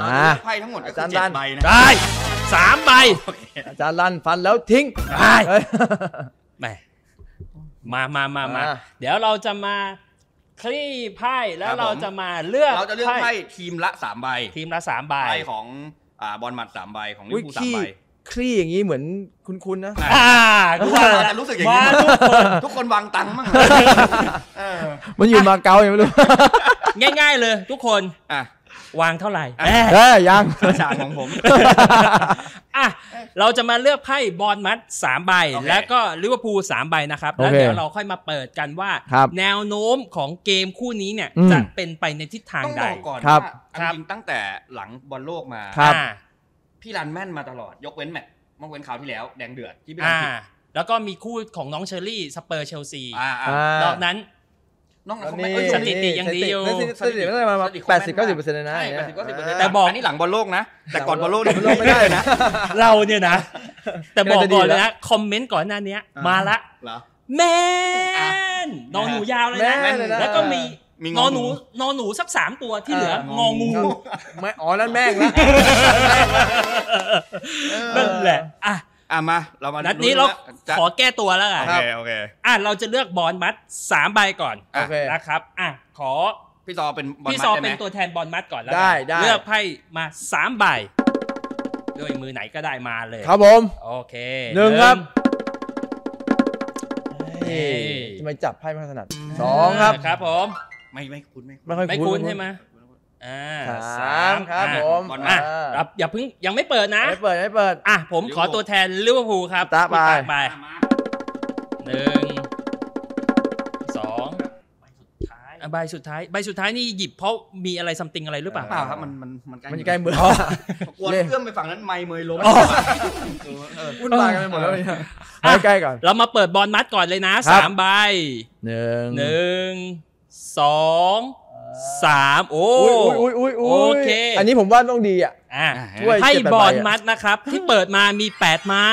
E: อ่า
C: ไพ่ทั้งหมดก็คื
E: อาจาร
C: อเจ็ด
E: ย์ลั่น
C: ใบนะ
F: ได้สามใบ
E: อาจารย์ลั่นฟันแล้วทิ้ง
F: ได้
E: เฮ้ย
F: แหมมามามามา
E: อ่า
F: เดี๋ยวเราจะมาคลี่ไพ่แล้
C: คว รับผม
F: เราจะมาเลือก
C: เราจะเลือกไพ่ทีมละ 3 ใบ
F: ทีมละสามใบ
C: ไพ่ของอ่าบอลหมัด 3 ใบของลิ
E: วิ
C: เวอร์พูลสาม
E: คี
C: ใบ
E: คลี่อย่างนี้เหมือนคุ้นๆนะ
F: อ่า
C: ทุ
F: ดู
C: กค
F: ว่าน
C: อาจจะรู้สึกอย่าง
F: มา
C: นี้
F: ทุกคน
C: ทุกคนวางตังค์มั้งเออ
E: มันอยู่มาเก๊ายังไม่รู้ <laughs>
F: ง่ายๆเลยทุกคน
C: อ่ะ
F: วางเท่าไหร่
C: อ่ะ
F: แม่
E: เอ้ยยัง
C: จานของผม
F: อ่ะเราจะมาเลือกไพ่บอลมัด3ใบ
C: โอเค
F: แล้วก็ลิเวอร์พูล3ใบนะครับ
E: โอ
F: แล้
E: เค
F: วเดี๋ยวเราค่อยมาเปิดกันว่า
E: ครับ
F: แนวโน้มของเกมคู่นี้เนี่ย
E: อืม
F: จะเป็นไปในทิศทาง
C: ต้อง
F: ใด
C: บอกก่อน
E: ครั
C: ว่า
E: บ
C: อัน
F: ครับ
C: จริงตั้งแต่หลังบอลโลกมา
E: ครับ
F: อ่า
C: พี่รันแม่นมาตลอด ยกเว้นแมตช์เมื่อเว้นคราวที่แล้ว แดงเดือดที่พี่รันผิ
F: อ่า
C: ด
F: แล้วก็มีคู่ของน้องเชอรี่สเปอร์เชลซี
C: อ่าอ่า
F: ดอกนั้น
C: น้อง
E: วั
C: เขา
E: น
C: ไม่
E: นี้
C: เอ้ย
F: สถิติยังดีอยู่
E: สถิติมันได้ประมาณแปดสิบเก้าสิบเปอร์เซ็นต์เลยนะ
C: ใช่
E: อย่าง
C: แป
E: เงี้
C: ด
E: ย
C: สิบเก้าสิบเปอร์เซ็นต์
F: แต่บอก
C: นนี้หลังบอลโลกนะ แต่ก่อน
E: หลั
C: บ
E: งบ
C: อล
E: อล
C: โล
E: โล
C: ก
E: ก
C: เนี่ย
E: บอลโลกไม่ได้นะ
F: เราเนี่ยนะ แต่บอกก่อน
E: น่าจะ
F: เลย
E: ดีแล้
F: นะ
E: ว
F: คอมเมนต์ก่อนหน้าเนี้ยมาละ
C: เหรอ
F: แม่นนอนหนูยาวเลยนะ
E: แม่นเลยนะ
F: แล้วก็มี
C: มี
F: น
C: ง
F: อ
C: อห
F: ห
C: นู
F: นูนอหนูสักสามตัวที่เหลืององู
C: <laughs>
E: ไม่อ๋อนั่นแม่งละ
F: นั่นแหละ อ่ะ
C: อ่ะมา เรามา
F: นั
C: นั
F: ดนี้เราข
C: ข
F: อ
C: อ
F: แก้ตัวแล้ว
G: โอ
F: กัน
G: เค โอเค
F: อ่ะ เราจะเลือกบอลมัดสามใบก่อน
E: โอเค
F: นะครับ อ่ะ ขอ
C: พี่ซอเป็นบอล
F: พี่
C: มั
F: ซอ
C: ดได้ไหม
F: เป็นตัวแทนบอลมัดก่อนแล้วกัน
E: ได้ได้
F: เลือกไพ่มาสามใบ ด้วยมือไหนก็ได้มาเลย
E: ครับผม
F: โอเค
E: หนึ่งครับนี่
F: เเอ้ย
E: ทำไมจับไพ่ไม่ค่อยถนัดสองครับ
F: ครับผม
C: ไม่ไม่คุ้นไม่คุ้น
E: ไม่ค่อย
F: ไม่
E: คุ้
F: คุ้
E: น
F: นใช่ไหมอ่า
E: สามครับ
F: อ่ะ
E: ผม
F: บอลมา
E: อ่า
F: รับอย่าเพิ่งยังไม่เปิดนะ
E: ไม่เปิดไม่เปิด
F: อ่ะผมขอตัวแทนลิเวอร์พูลครับ
E: ตะไป
F: คุณไป
C: มา
F: หนึ่งสองอ่ะใบสุดท้ายใบสุดท้ายนี่หยิบเพราะมีอะไรซัมติงอะไรหรือเปล่า
C: เปล่าครับมันมันมันใกล้
E: มันใกล้มือ <laughs>
C: กวน
E: เล่น
C: เอื้อมไปฝั่งนั้นไม่เมยล้มเออ
E: วุ่นวายกันไปหมดแล้วเนี่ย
F: อ่ะ
E: ใกล้ๆก่อน
F: เรามาเปิดบอลมัดก่อนเลยนะครับ สามใบ
E: หนึ่ง
F: หนึ่งสองสามโอ้
E: อุ้ยอุ้ยอุ้ยอุ้ย
F: โอเค
E: อันนี้ผมว่าต้องดีอ่ะ
F: อ่ะ
E: ถ้วย
F: ให้
E: เจ็ดแปดใบบ
F: อล
E: อะ
F: มัดนะครับ
E: <gasps>
F: ที่เปิดมามี 8 ไม้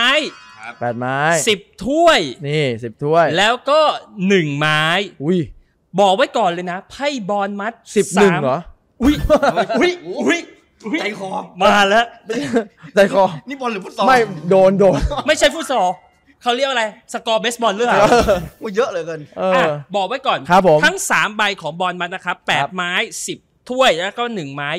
E: แปดไม้
F: สิบถ้วย
E: นี่สิบถ้วย
F: แล้วก็ 1 ไม้
E: อุ้ย
F: บอกไว้ก่อนเลยนะไพ่บอลมัด
E: สิบหนึ่ง
F: าม
E: เหรอ
F: อุ้ย
C: อุ้ยอุ้ยใจคอ
F: มาแล้ว
E: ใจคอ
C: นี่บอลหรือฟุตซอล
E: ไม่โดนโดน
F: ไม่ใช่ฟุตซอลเขาเรียกอะไร สกอร์เบสบอลหรือเปล่า
C: โอ้ยเยอะเหลยเกิน
E: เออ
F: อ่ะบอกไว้ก่อน
E: ครับผม
F: ทั้ง 3 ใบของบอลมัดนะครับ
E: ครับ
F: 8 ไม้ 10 ถ้วยแล้วก็ 1 ไม้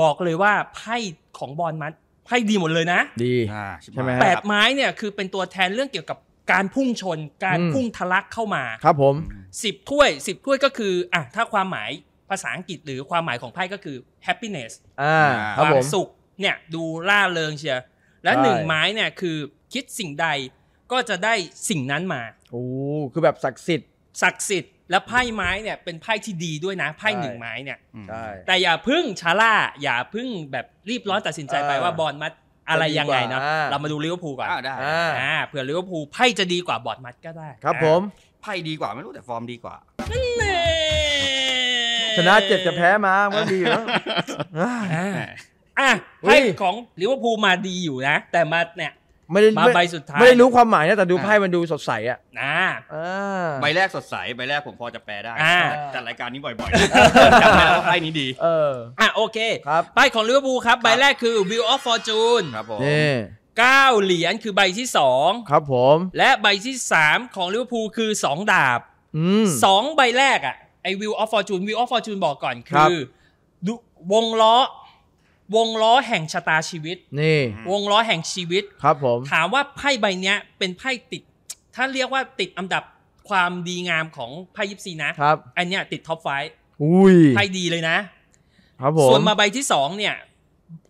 F: บอกเลยว่าไพ่ของบอลมัดไพ่ดีหมดเลยนะ
E: ดี
C: อ่า
E: ใช่ไหม
F: แปดไม้เนี่ยคือเป็นตัวแทนเรื่องเกี่ยวกับการพุ่งชน การ
E: อืม
F: พุ่งทะลักเข้ามา
E: ครับผม
F: สิบถ้วยสิบถ้วยก็คืออ่ะถ้าความหมายภาษาอังกฤษหรือความหมายของไพ่ก็คือ happiness
E: อ่า ค
F: ครับวา
E: ผม ม
F: สุขเนี่ยดูล่าเริงเชียร์และ
E: ใช่
F: หนึ่งไม้เนี่ยคือคิดสิ่งใดก็จะได้สิ่งนั้นมา
E: โอ้คือแบบศักดิ์สิทธิ์
F: ศักดิ์สิทธิ์และไพ่ไม้เนี่ยเป็นไพ่ที่ดีด้วยนะไพ่
E: ใช่
F: หนึ่งไม้เนี่ย
E: ใช่
F: แต่อย่าพึ่งชาล่าอย่าพึ่งแบบรีบร้อนตัดสินใจไป
E: เออ
F: ว่าบอลมัดอะไรยังไงเนาะ
E: จะดีกว่า
F: เรามาดูลิเวอร์พูลก่อน
C: อ้าวได้
E: อ่า
F: อ่าเผื่อลิเวอร์พูลไพ่จะดีกว่าบอร์ดมัดก็ได้
E: ครับผม
C: ไพ่ดีกว่าไม่รู้แต่ฟอร์มดีกว่า
F: เน่
E: ชนะเจ็ดจะแพ้มาก็ดีแล้ว
F: อ่าอ่ะ
E: เฮ้
F: ไพ่
E: ย
F: ของลิเวอร์พูลมาดีอยู่นะ แต่มาเนี่ย
E: ไม่ได้
F: มาใบ
E: ไม่
F: สุดท้าย
E: ไม่ได้รู้ความหมายนะแต่ดูไพ่มันดูสดใสอ่ะ
F: อ่า
E: อ่า
C: ใบแรกสดใส ใบแรกผมพอจะแปลได้
F: อ่า
C: จัดรายการนี้บ่อยๆจ <laughs> ำได้แล้วว่าไพ่นี้ดี
E: เออ
F: อ่ะโอเค
E: ครับ
F: ใบของลิเวอร์พูลครับ ใบแรกคือ Wheel of Fortune
C: ครับผม
E: นี่
F: เก้าเหรียญคือใบที่สอง
E: ครับผม
F: และใบที่สามของลิเวอร์พูลคือสองดาบ
E: อืม
F: สองใบแรกอะไอ้ Wheel of Fortune Wheel of Fortune บอกก่อน
E: ครั
F: คื
E: บ
F: อดูวงล้อ วงล้อแห่งชะตาชีวิต
E: นี่
F: วงล้อแห่งชีวิต
E: ครับผม
F: ถามว่าไพ่ใบเนี้ยเป็นไพ่ติด ถ้าเรียกว่าติดอันดับความดีงามของไพ่ยิปซีนะ
E: ครับ
F: อันเนี้ยติดท็อปไฟ
E: อุ้ย
F: ไพ่ดีเลยนะ
E: ครับผม
F: ส่วนมาใบที่สองเนี่ย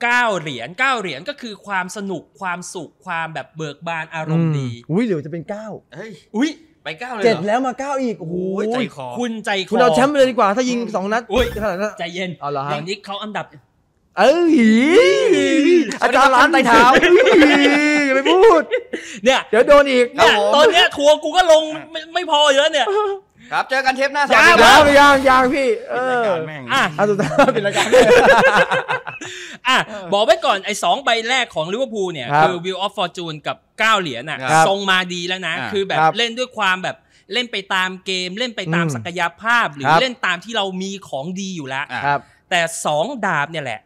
F: เก้าเหรียญเก้าเหรียญก็คือความสนุกความสุขความแบบเบิกบานอารมณ์ดี
E: อุ้ยเดี๋ยวจะเป็นเก้า
C: เฮ้ย
F: อุ้ย
C: ไปเก้าเลย
E: เจ็ด
C: เหรอ
E: แล้วมาเก้าอีกโอ้โห
C: โอ้ยใจคอ
F: คุณใจคอ
E: คุณเอาแชมป์ไปเลยดีกว่า ถ้ายิงสองนัด
F: อุ๊ย
E: ขนาดนั้น
F: ใจเย็น
E: เอาเหรอฮะ
F: ย่างนี้เขาอันดับ
E: เอ้ยอาจารย์ร้านไต่เท้าอุ๊ยอย่าไปพูด
F: เนี่ย
E: เดี๋ยวโดนอีก
F: เนี่ยตอนเนี้ยทัวร์กูก็ลงไม่ไม่พออยู่แล้วเนี่ย
C: ครับ เจอกันเทปหน้าส
E: ยา
C: วัส
E: ง
C: ดีครั
E: ยาง
C: บ
E: ยางยางพี่ เอ
C: ราย
E: อ
C: การแม่ง
F: อ่ะ
E: อ่ะสุดท้ายเป็นรายการ
F: อ่ะบอกไว้ก่อนไอ้สองใบแรกของลิเวอร์พูลเนี่ย
E: ครับ
F: คือ Will of Fortune กับ 9 เหรียญน่ะ
E: ครับ
F: ทรงมาดีแล้วนะ
C: อ่า
F: คือแบบ
E: ครับ
F: เล่นด้วยความแบบเล่นไปตามเกม เล่นไปตาม
E: อืม
F: ศักยภาพ หรื
E: ค
F: อ
E: รับ
F: เล่นตามที่เรามีของดีอยู่แล้ว
C: อ่ะ
E: ครับ
F: แต่ 2 ดาบเนี่ยแหละ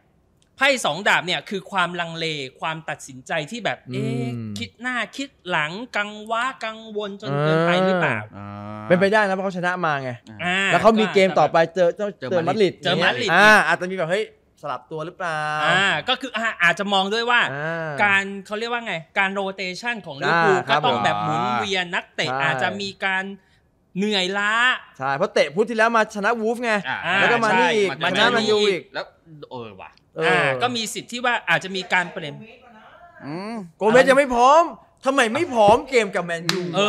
F: ไพ่สองดาบเนี่ยคือความลังเลความตัดสินใจที่แบบ เอ๊ะ
E: อืม
F: คิดหน้าคิดหลังกังวากังวลจนเกินไปหรือเปล่า
C: อ่า
E: เป็นไปได้นะเพราะเขาชนะมาไง
F: อ่า
E: แล้วเขามีเกมต่อไปเจอเจ้า
C: เจอ
E: เจอมาดริด
F: เจอมาดริด
E: อ่าอาจจะมีแบบเฮ้ยสลับตัวหรือเปล่า
F: อ่าก็คืออ่าอาจจะมองด้วยว่า
E: อ่
F: การเขาเรียกว่าไง การโรเตชันของลิเวอร์พูล
E: อ่าครั
F: ก็
E: บ
F: ต้อง
E: ผม
F: แบบหมุนเวียนนักเตะ
E: ใช่
F: อาจจะมีการเหนื่อยล้า
E: ใช่เพราะเตะพุธที่แล้วมาชนะวูฟส์ไง
C: อ่า
E: แล้วก็มานี่อีก
F: มั
E: มาน ช
F: จะมี
E: นะแมันยูอีก
C: แล้วเออว่ะ
E: เออ
F: อ่าก็มีสิทธิ์ที่ว่าอาจจะมีการเปลี่ยน
C: อืม
E: โกเมสยังไม่พร้อมทำไมไม่พร้อมเกมกับแมนยู
F: เอ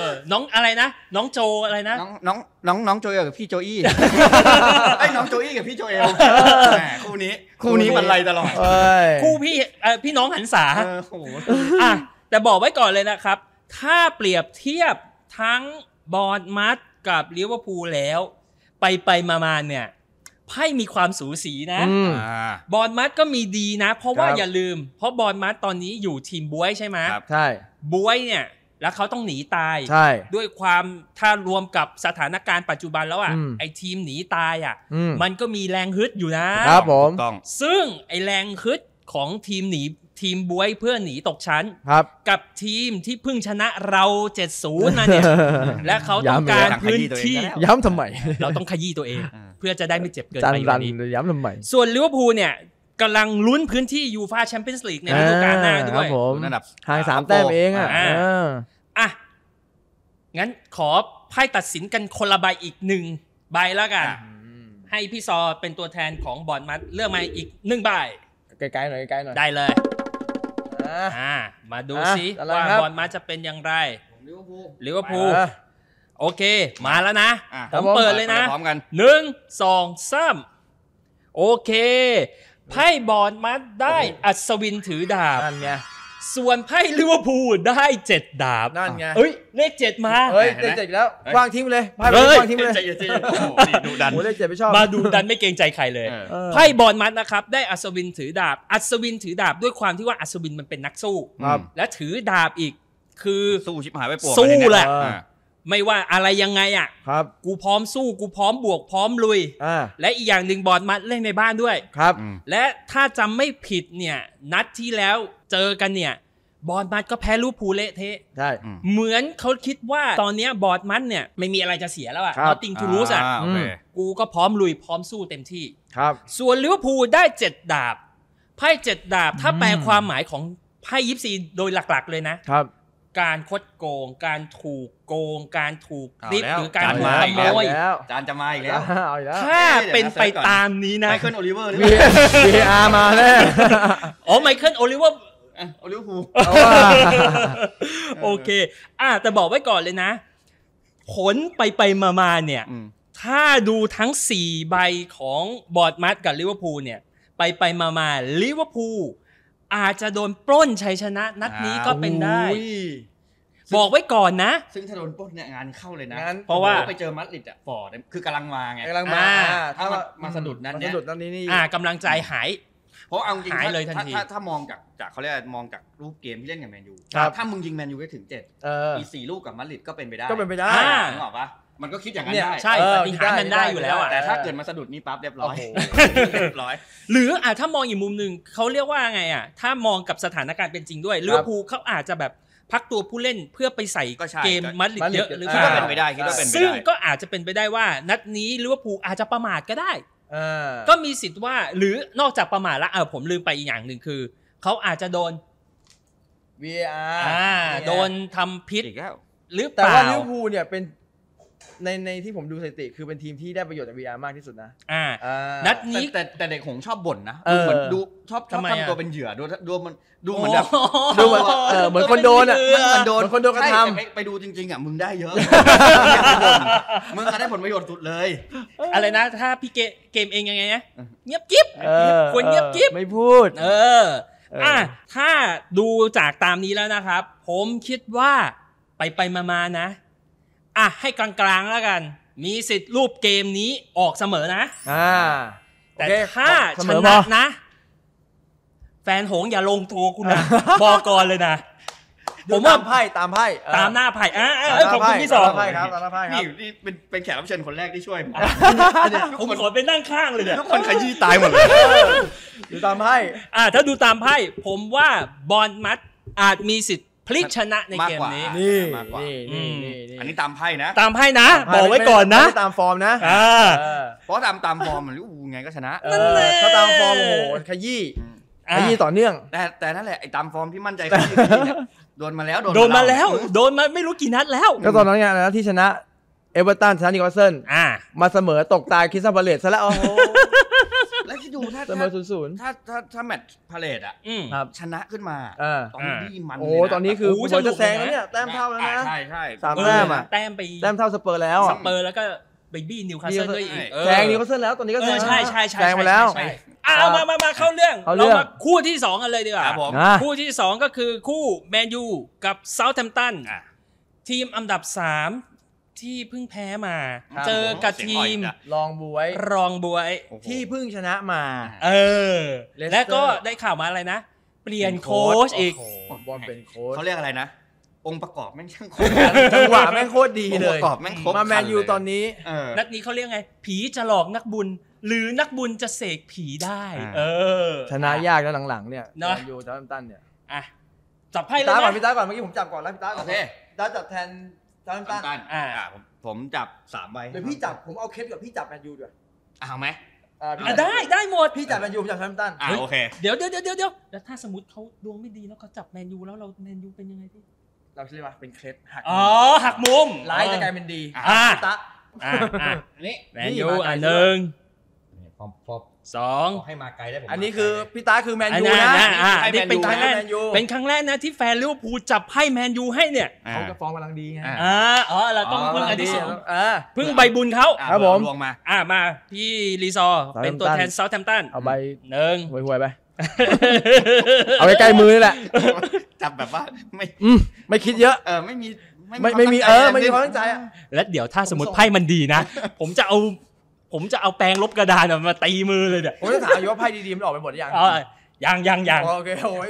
F: อ น้องอะไรนะ น้องโจอะไรนะ
C: น้องน้องน้องน้องโจเอลกับพี่โจ
E: <laughs>
C: อี้ ไอ้ยน้องโจอี้กับพี่โจเอลแหมคู่นี้ คู่นี้มันไรตลอด
E: เอ้ย
F: คู่พี่เอ่อพี่น้องหันษา
C: เออโอ้โห
F: อ่ะแต่บอกไว้ก่อนเลยนะครับ ถ้าเปรียบเทียบทั้งบอร์นมัดกับลิเวอร์พูลแล้ว ไปไปมามาๆเนี่ยไพ่มีความสูสีนะ
E: อืม
F: บอลมัดก็มีดีนะ เพราะว่า
E: ครับ
F: อย่าลืม เพราะบอลมัดตอนนี้อยู่ทีมบวยใช่ไหม
C: ครับ
E: ใช่
F: บวยเนี่ย แล้วเขาต้องหนีตาย
E: ใช่
F: ด้วยความถ้ารวมกับสถานการณ์ปัจจุบันแล้วอ่ะ
E: อืม
F: ไอทีมหนีตายอ่ะ
E: อืม
F: มันก็มีแรงฮึดอยู่นะ
E: ครับผม
C: ถูกต้อง
F: ซึ่งไอแรงฮึดของทีมหนีทีมบวยเพื่อหนีตกชั้น
E: ครับ
F: กับทีมที่เพิ่งชนะเรา70มาเนี่ยและเขาต้องการ
C: ย้ำเลย
F: พื้นที่
C: ขยี้ตัวเอง
E: <laughs> ย้ำทำไม
F: เราต้องขยี้ตัวเอง
C: อ่า
F: เพื่อจะได้ไม่เจ็บเกิน
E: จัน
F: ไปก
E: รั
F: ว่าน นี้
E: ย้ำทำไม
F: ส่วนลิเวอร์พูลเนี่ยกำลังลุ้นพื้นที่ยูฟาแชมเปี้ยนส์ลีกในฤดูกาลหน้าด้
E: ครั
F: วย
E: ผม
C: อันดับ
E: ห่างสามแต้มเองอ่ะ
F: อ่า
E: เออ
F: อ่ะ งั้นขอไพ่ตัดสินกันคนละใบอีกหนึ่งใบแล้วกัน ให้พี่ซอเป็นตัวแทนของบอลมัดเลือกมาอีกหนึ่งใบ
E: ไกลๆหน่อยไกลๆหน่อย
F: ได้เลย
E: อ่า
F: อ่ามาดู
E: อ่ะ
F: ซิ
E: อะไร
F: ว่า
E: ครับ
F: บอลมัดจะเป็นอย่างไร
C: ลิเวอร์พูล
F: ลิเวอร์พูล
E: อ่า
F: โอเค มาแล้วนะ
C: อ่ะ
E: ค
F: ผ
E: รับ
F: ม
E: ผม
F: เปิดเลยนะ
C: พร้อมกัน
F: หนึ่งสองสามโอเค ไพ่บอลมัดได้อัศวินถือดาบ
E: นั่นไง
F: ส่วนไพ่ลิเวอร์พูลได้เจ็ดดาบ
E: นั่นไง
F: เอ้ย เลขเจ็ดมา
E: เฮ้ย
C: เห็
E: ได้
C: นไหม
E: เจ็บแล้ววางทิ้งไปเลยไพ่
F: เฮ้ย
E: วางทิ้งไปเลย
C: ใจเย็นใจเย็นโอ้โหนี่ดูดัน
E: โอ้ได้เจ็บไม่ชอบ
F: มาดูดันไม่เกรงใจใครเลย
C: เออ
E: เออ
F: ไพ่บอลมัดนะครับ ได้อัศวินถือดาบ อัศวินถือดาบด้วยความที่ว่าอัศวินมันเป็นนักสู้
E: ครับ
F: และถือดาบอีก คือ
C: สู้ชิบหายไปปวด
F: สู้แหละ
E: อ่า
C: อ่ะ
F: ไม่ว่าอะไรยังไงอ่ะ
E: ครับ
F: กูพร้อมสู้ กูพร้อมบวกพร้อมลุย
E: อ่า
F: และอีกอย่างหนึ่งบอลมัดเล่นในบ้านด้วย
E: ครับ
F: และถ้าจำไม่ผิดเนี่ย นัดที่แล้วเจอกันเนี่ย บอลมัดก็แพ้ลูกพูลเละเทะ
E: ใช่
F: เหมือนเขาคิดว่าตอนเนี้ยบอร์ดมันเนี่ย ไม่มีอะไรจะเสียแล้วอะ
E: ครับ
F: ติงทูลูสอะ
E: อืม
F: กูก็พร้อมลุยพร้อมสู้เต็มที่
E: ครับ
F: ส่วนลิเวอร์พูลได้เจ็ดดาบ ไพ่เจ็ดดาบ ถ้าแปลความหมายของไพ่ยิปซีโดยหลักๆเลยนะ
E: ครับ
F: การคดโกง การถูกโกง การถูกริบ
C: เอาแล้ว
F: หรือการ
C: น
F: ถู
C: ม
F: กข
C: อีก
F: โม
C: แล้ว
F: ย
E: แล้ว
C: จานจะมาอีก
E: เอาอีก
C: แล้
E: แล้ว วเอาอีกแล้ว
F: ถ้าเป็นไปตามนี้นะ
C: ไมเคิลโอลิเวอร์หรือเป
E: V-
C: ล่า
E: VR มาแน่
F: อ๋อไมเคิลโอลิเวอร์
C: อ่ะโอลิเวอร์พูล
E: เอาว่า
F: โอเค อ่ะแต่บอกไว้ก่อนเลยนะ ผลไปไปมามาเนี่ย
C: อืม
F: ถ้าดูทั้ง 4 ใบของบอร์ดมัดกับลิเวอร์พูลเนี่ย ไปไปมามาลิเวอร์พูลอาจจะโดนปล้นชัยชนะนัดนี้ก็เป็นได้
C: อุ้ย
F: บอกไว้ก่อนนะ
C: ซึ่งถ้าโดนปล้นเนี่ยงานเข้าเลยนะ
E: งาน
F: เพราะว่า
C: ไปเจอมัดริดอะฟอร์ดเนี่ยคือกำลังมาไง
E: กำลังมา
F: อ่า
E: อ่
C: ถ้ามันมาสะดุดนั้นเนี่ย
E: มาสะดุดนั้นนี้นี่
F: อ่ากำลังใจหาย
C: เพราะเอาจริงๆ
F: หาย
C: ถ้า
F: เลยทันที
C: ถ้าถ้ามองจากจากเขาเรียกอะไรมองจากรูปเกมที่เล่นกับแมนยู
E: ครับ
C: ถ้ามึงยิงแมนยูได้ถึงเจ็ด
E: เออ
C: มีสี่ลูกกับมัดริดก็เป็นไปได้
E: ก็เป็นไปได้
C: อ่านึกออกปะมันก็คิดอย่างนั้น
E: เนี่ย
C: ได้
F: ใช่
E: เออ
F: ปฏิหารย์มันได้อยู่แล้วอ่ะ
C: แต่ถ้าเกิดมาสะดุดนี่ปั๊บเรียบร้อย
E: โอ้โห
C: เรียบร้อย
F: หรืออ่ะถ้ามองอีกมุมหนึ่งเขาเรียกว่าไงอ่ะ ถ้ามองกับสถานการณ์เป็นจริงด้วยลิเวอร์พูลเขาอาจจะแบบพักตัวผู้เล่นเพื่อไปใส่
C: ก็ใช่
F: เกมมัดริดเยอะหรือ
C: คิด
F: เปล่า
C: ว่าเป็นไปได้คิดว่าเป็นไป
F: ซึ่ง
C: ได้
F: ก็อาจจะเป็นไปได้ว่า นัดนี้ลิเวอร์พูลอาจจะประมาทก็ได้
E: เออ
F: ก็มีสิทธิ์ว่าหรือนอกจากประมาทละเออผมลืมไปอีกอย่างหนึ่งคือ เขาอาจจะโดน
E: VR
F: อ่าโดนทำพิษ
C: อีกแล้ว
F: หรือเป
E: แต่
F: ล่า
E: ว่าลิเวอร์พูลเนี่ยเป็นในในที่ผมดูสถิติคือเป็นทีมที่ได้ประโยชน์จาก VR มากที่สุดนะ
F: อ่า
E: อ่า
F: นัด
C: แต่
F: นี้
C: แต่แต่เด็กหงชอบบ่นนะ
E: เอ
C: ดู
E: อ
C: เหมือนดูชอบชอบ
F: ทำไมอะ
C: ทำตัวเป็นเหยื่อดูดูมันดูเหมือนแบบ
F: โอ้โห
E: ดูเหมือนเออเหมือนคนโดนอะ
F: เหมื
C: มัน
F: อ
C: โดน
E: เหมือนคนโดนกระทำ
C: ใช่แต่ไปไปดูจริงๆอ่ะมึงได้
E: <laughs>
C: เยอะ มึงอะได้ผลประโยชน์สุดเลย
F: อะไรนะ ถ้าพี่เกเกมเองยังไงนะ
C: เออ
F: เงียบกิ๊บ
E: เออ
F: ควรเงียบกิ๊บ
E: ไม่พูด
F: เออ
E: เอออ่
F: อ่ะ ถ้าดูจากตามนี้แล้วนะครับ ผมคิดว่าไปไปมามาๆนะ อ่ะ ให้กลางๆแล้วกัน มีสิทธิ์รูปเกมนี้ออกเสมอนะ
E: อ่า
F: แต่
E: โอเค
F: ถ้า
E: เส
F: ช
E: มอ
F: นะ
E: มา
F: นะ แฟนหงส์อย่าลงตัวคุณ
E: <laughs>
F: นะ บอกก่อนเลยนะ ผ
E: ผม ม
F: ว่า
E: ว่าไพ่ตามไพ่เออ
F: ตามหน้าไผ่อ่ะอ่ะ
E: ตาม
F: เออขอบคุณพี่สอง
E: ตามหน้าไพ่ครับตามหน้าไพ่ครั
C: นี่
E: บ
C: นี่เป็นเป็นแขกรับเชิญคนแรกที่ช่วยผมทุก
F: ผม
C: คน
F: ขอไปนั่งข้างเลยเนี่ย
C: ทุกคนขยี้ตายหมดเลย
E: อยู่ตามไพ่
F: อ่ะถ้าดูตามไพ่ ผมว่าบอลมัดอาจมีสิทธิ์พลิกชนะในเกมนี้
C: มากกว่
E: นี่
C: มากกว่า
E: นี่นี่นี่นี่
C: อันนี้ตามไพ่นะ
F: ตามไพ่นะ
E: ตามไพ่
F: บอกไว้ก่อนนะ
E: ไม่ได้ตามฟอร์มนะ
F: อ่า
E: เออ
C: เพราะตามตามฟอร์มมันลิเวอร์พูลไงก็ชนะ
E: เอ
F: นั่นแห
E: อ
F: ละ
E: ถ้าตามฟอร์มโอ้โหขยี้ข
F: อ่ะ
E: ยี้ต่อเนื่อง
C: แต่แต่นั่นแหละไอ้ตามฟอร์มที่มั่นใจขยี้ขยี้เนี่ยโดนมาแล้ว
F: โดนมาแล้ว
C: เออ
F: โดนมาไม่รู้กี่นัดแล้ว
E: ก็ตอนนั้นไงนะที่ชนะเอเวอร์ตันชนะนิวคาสเซิล
F: อ่า
E: มาเสมอตกตายคริสตัลพาเลตซะแล้วโอ้โห
C: แล้วที่ดูถ้า
E: <laughs> เสมอศูนย์ศูนย์
C: ถ้าถ้าถ้าแมตช์พาเลตอะ
F: อืม
E: ครับ
C: ชนะขึ้นมา
E: อ่า
C: ตอนนี้ดีมันเลย
E: โอ้
C: นะ
E: โหตอนนี้คือ
F: โอ้
E: คุณ
F: จะหลุ
E: จะ
F: ด
E: แซงแล้ว
F: เลยนะ
E: เนี่ยแต้มเท่าแล้วนะ
C: อ่ใช่ใช่
E: สาม
F: เออ
E: แต้มอะ
F: แต้มไป
E: แต้มเท่าสเปอร์แล้วอ่ะ
F: เปอร์แล้วก็ไปบี้นิวคาสเซิลด้วยอีกเออ
E: แซงนิวคาสเซิลแล้วตอนนี้ก็
F: เอ
E: แซ
F: อง ใช่ใช่ใช่
E: แซงไปแล้ว
F: ใช่ใช่อ่าเอามามามาเข้าเรื่อง
E: เข้าเรื่อง
F: มาคู่ที่สองกันเลยดีกว่า
C: ครับผม
E: อ่ะ
F: คู่ที่สองก็คือคู่แมนยูกับเซาท์แ a ม p ตัน
C: อ่ะ
F: ทีมอันดับสามที่เพิ่งแพ้มา
C: ครับ
F: เจอกับ
C: ผมเสียง
F: ที
C: อ่อย
F: ม
C: จ้ะ
E: ลองบวย
F: รองบวย
C: โอ้โห
E: ที่เพิ่งชนะมา
F: เออ
E: เลสเตอร์
F: และก็ได้ข่าวมาอะไรนะ เปลี่ยนโค้ชอีก
E: โโหบอลเป็นโค้ช
C: เขาเรียกอะไรนะ องค์ประกอบแม่งช่างครบ
E: จังหวะแม่งโคตรดี
C: องค์
E: เล
C: ป
E: ย
C: ระกอบแม่งครบ
E: มาแมนยู
C: คัเล
E: ตอนนี้
C: เออ
F: นัดนี้เขาเรียกไง ผีจะหลอกนักบุญ หรือนักบุญจะเสกผีได้
C: อ่า
F: เออ
E: ชนะยากแล้วหลังๆเนี่ย
F: เนอะ
E: แมนยูจอร์แดนตันเนี่ย
F: อ่ะจับไพ่
E: พี่
F: เลย
E: ตาก่อน
F: นะ
E: พี่ตาก่อนเมื่อกี้ผมจับก่อนแล้วพี่ตาก่น
C: โอเค
E: พี่ตาจับแทนจอร์แดนตัน
C: ตัน
F: อ่า
C: อ่าผมผมจับสามใบ
E: เดี๋ยวพี่จับผมเอาเคสกับพี่จับแมนยูด้วย
C: อ่าเอาไหม
E: อ่าพี่
F: อ่ะ
E: จับ
F: ได้ได้หมด
E: พี่จับแมนยูผมจับแซมป์ตัน
C: อ่า
F: เฮ้ย
C: โอเค
F: เดี๋ยวเดี๋ยวเดี๋ยวเดี๋ยวแล้วถ้าสมมติเขาดวงไม่ดีแล้วเขาจับแมนยูแล้วเราแมนยูเป็นยังไงพี่
E: เราเรียกว่าเป็นเคล็ดหัก
F: อ๋อ หักมุม
E: ร้ายจะกลายเป็นดี
F: อ่า
E: ตะ
F: อ่าอ่า
C: อันนี้
F: แมนยูอ่ะหนึ่ง
C: พอพอ
F: สอง
C: พอให้มาไกลได้ผม
E: อันนี้คือพี่ตาคือแมน
F: อัน
E: ยู
F: นั้น
E: นะ
F: อ่ะอ่ะอันนี้เป็นครั้งแรก
E: แมนยู
F: เป็นครั้งแรกนะที่แฟนลิเวอร์พูลจับไพ่แมนยูให้เนี่ย
C: อ่า
E: เขาก็ฟอร์มกำลังดีไง
C: อ่ะ
F: อ่าอ๋อเราต้องพึ่งอันที่สอง
E: เออ
F: พึ่งใบบุญเขา
C: อ่ะ
E: ครับผม
C: ลวงมา
E: <laughs>
F: อ่ามาพี่รีซอร์เป็นตัวแทนเซาท์แทมป์ตัน
E: เอาใบ
F: หนึ่ง
E: ห่วยๆไป เอาใกล้ๆมือนี่แหละ
C: จับแบบว่าไม่
E: อืมไม่คิดเยอะ
C: เออไม่มี
E: ไม่ไม่มี
C: ควา
E: เออไม่
C: ตั้งใจ
E: มีความตั้งใจอ่ะ
F: <laughs> และเดี๋ยวถ้าสมมติไพ่มันดีนะ ผมจะเอา ผมจะเอาแปรงลบกระดานอะมาตีมือเลยเนี่ย
E: ผมจะถามอยู่ว่าไพ่ดีๆมันออกไปหมดหรือยัง
F: เอายังยังยัง
E: โอเคโอ้ย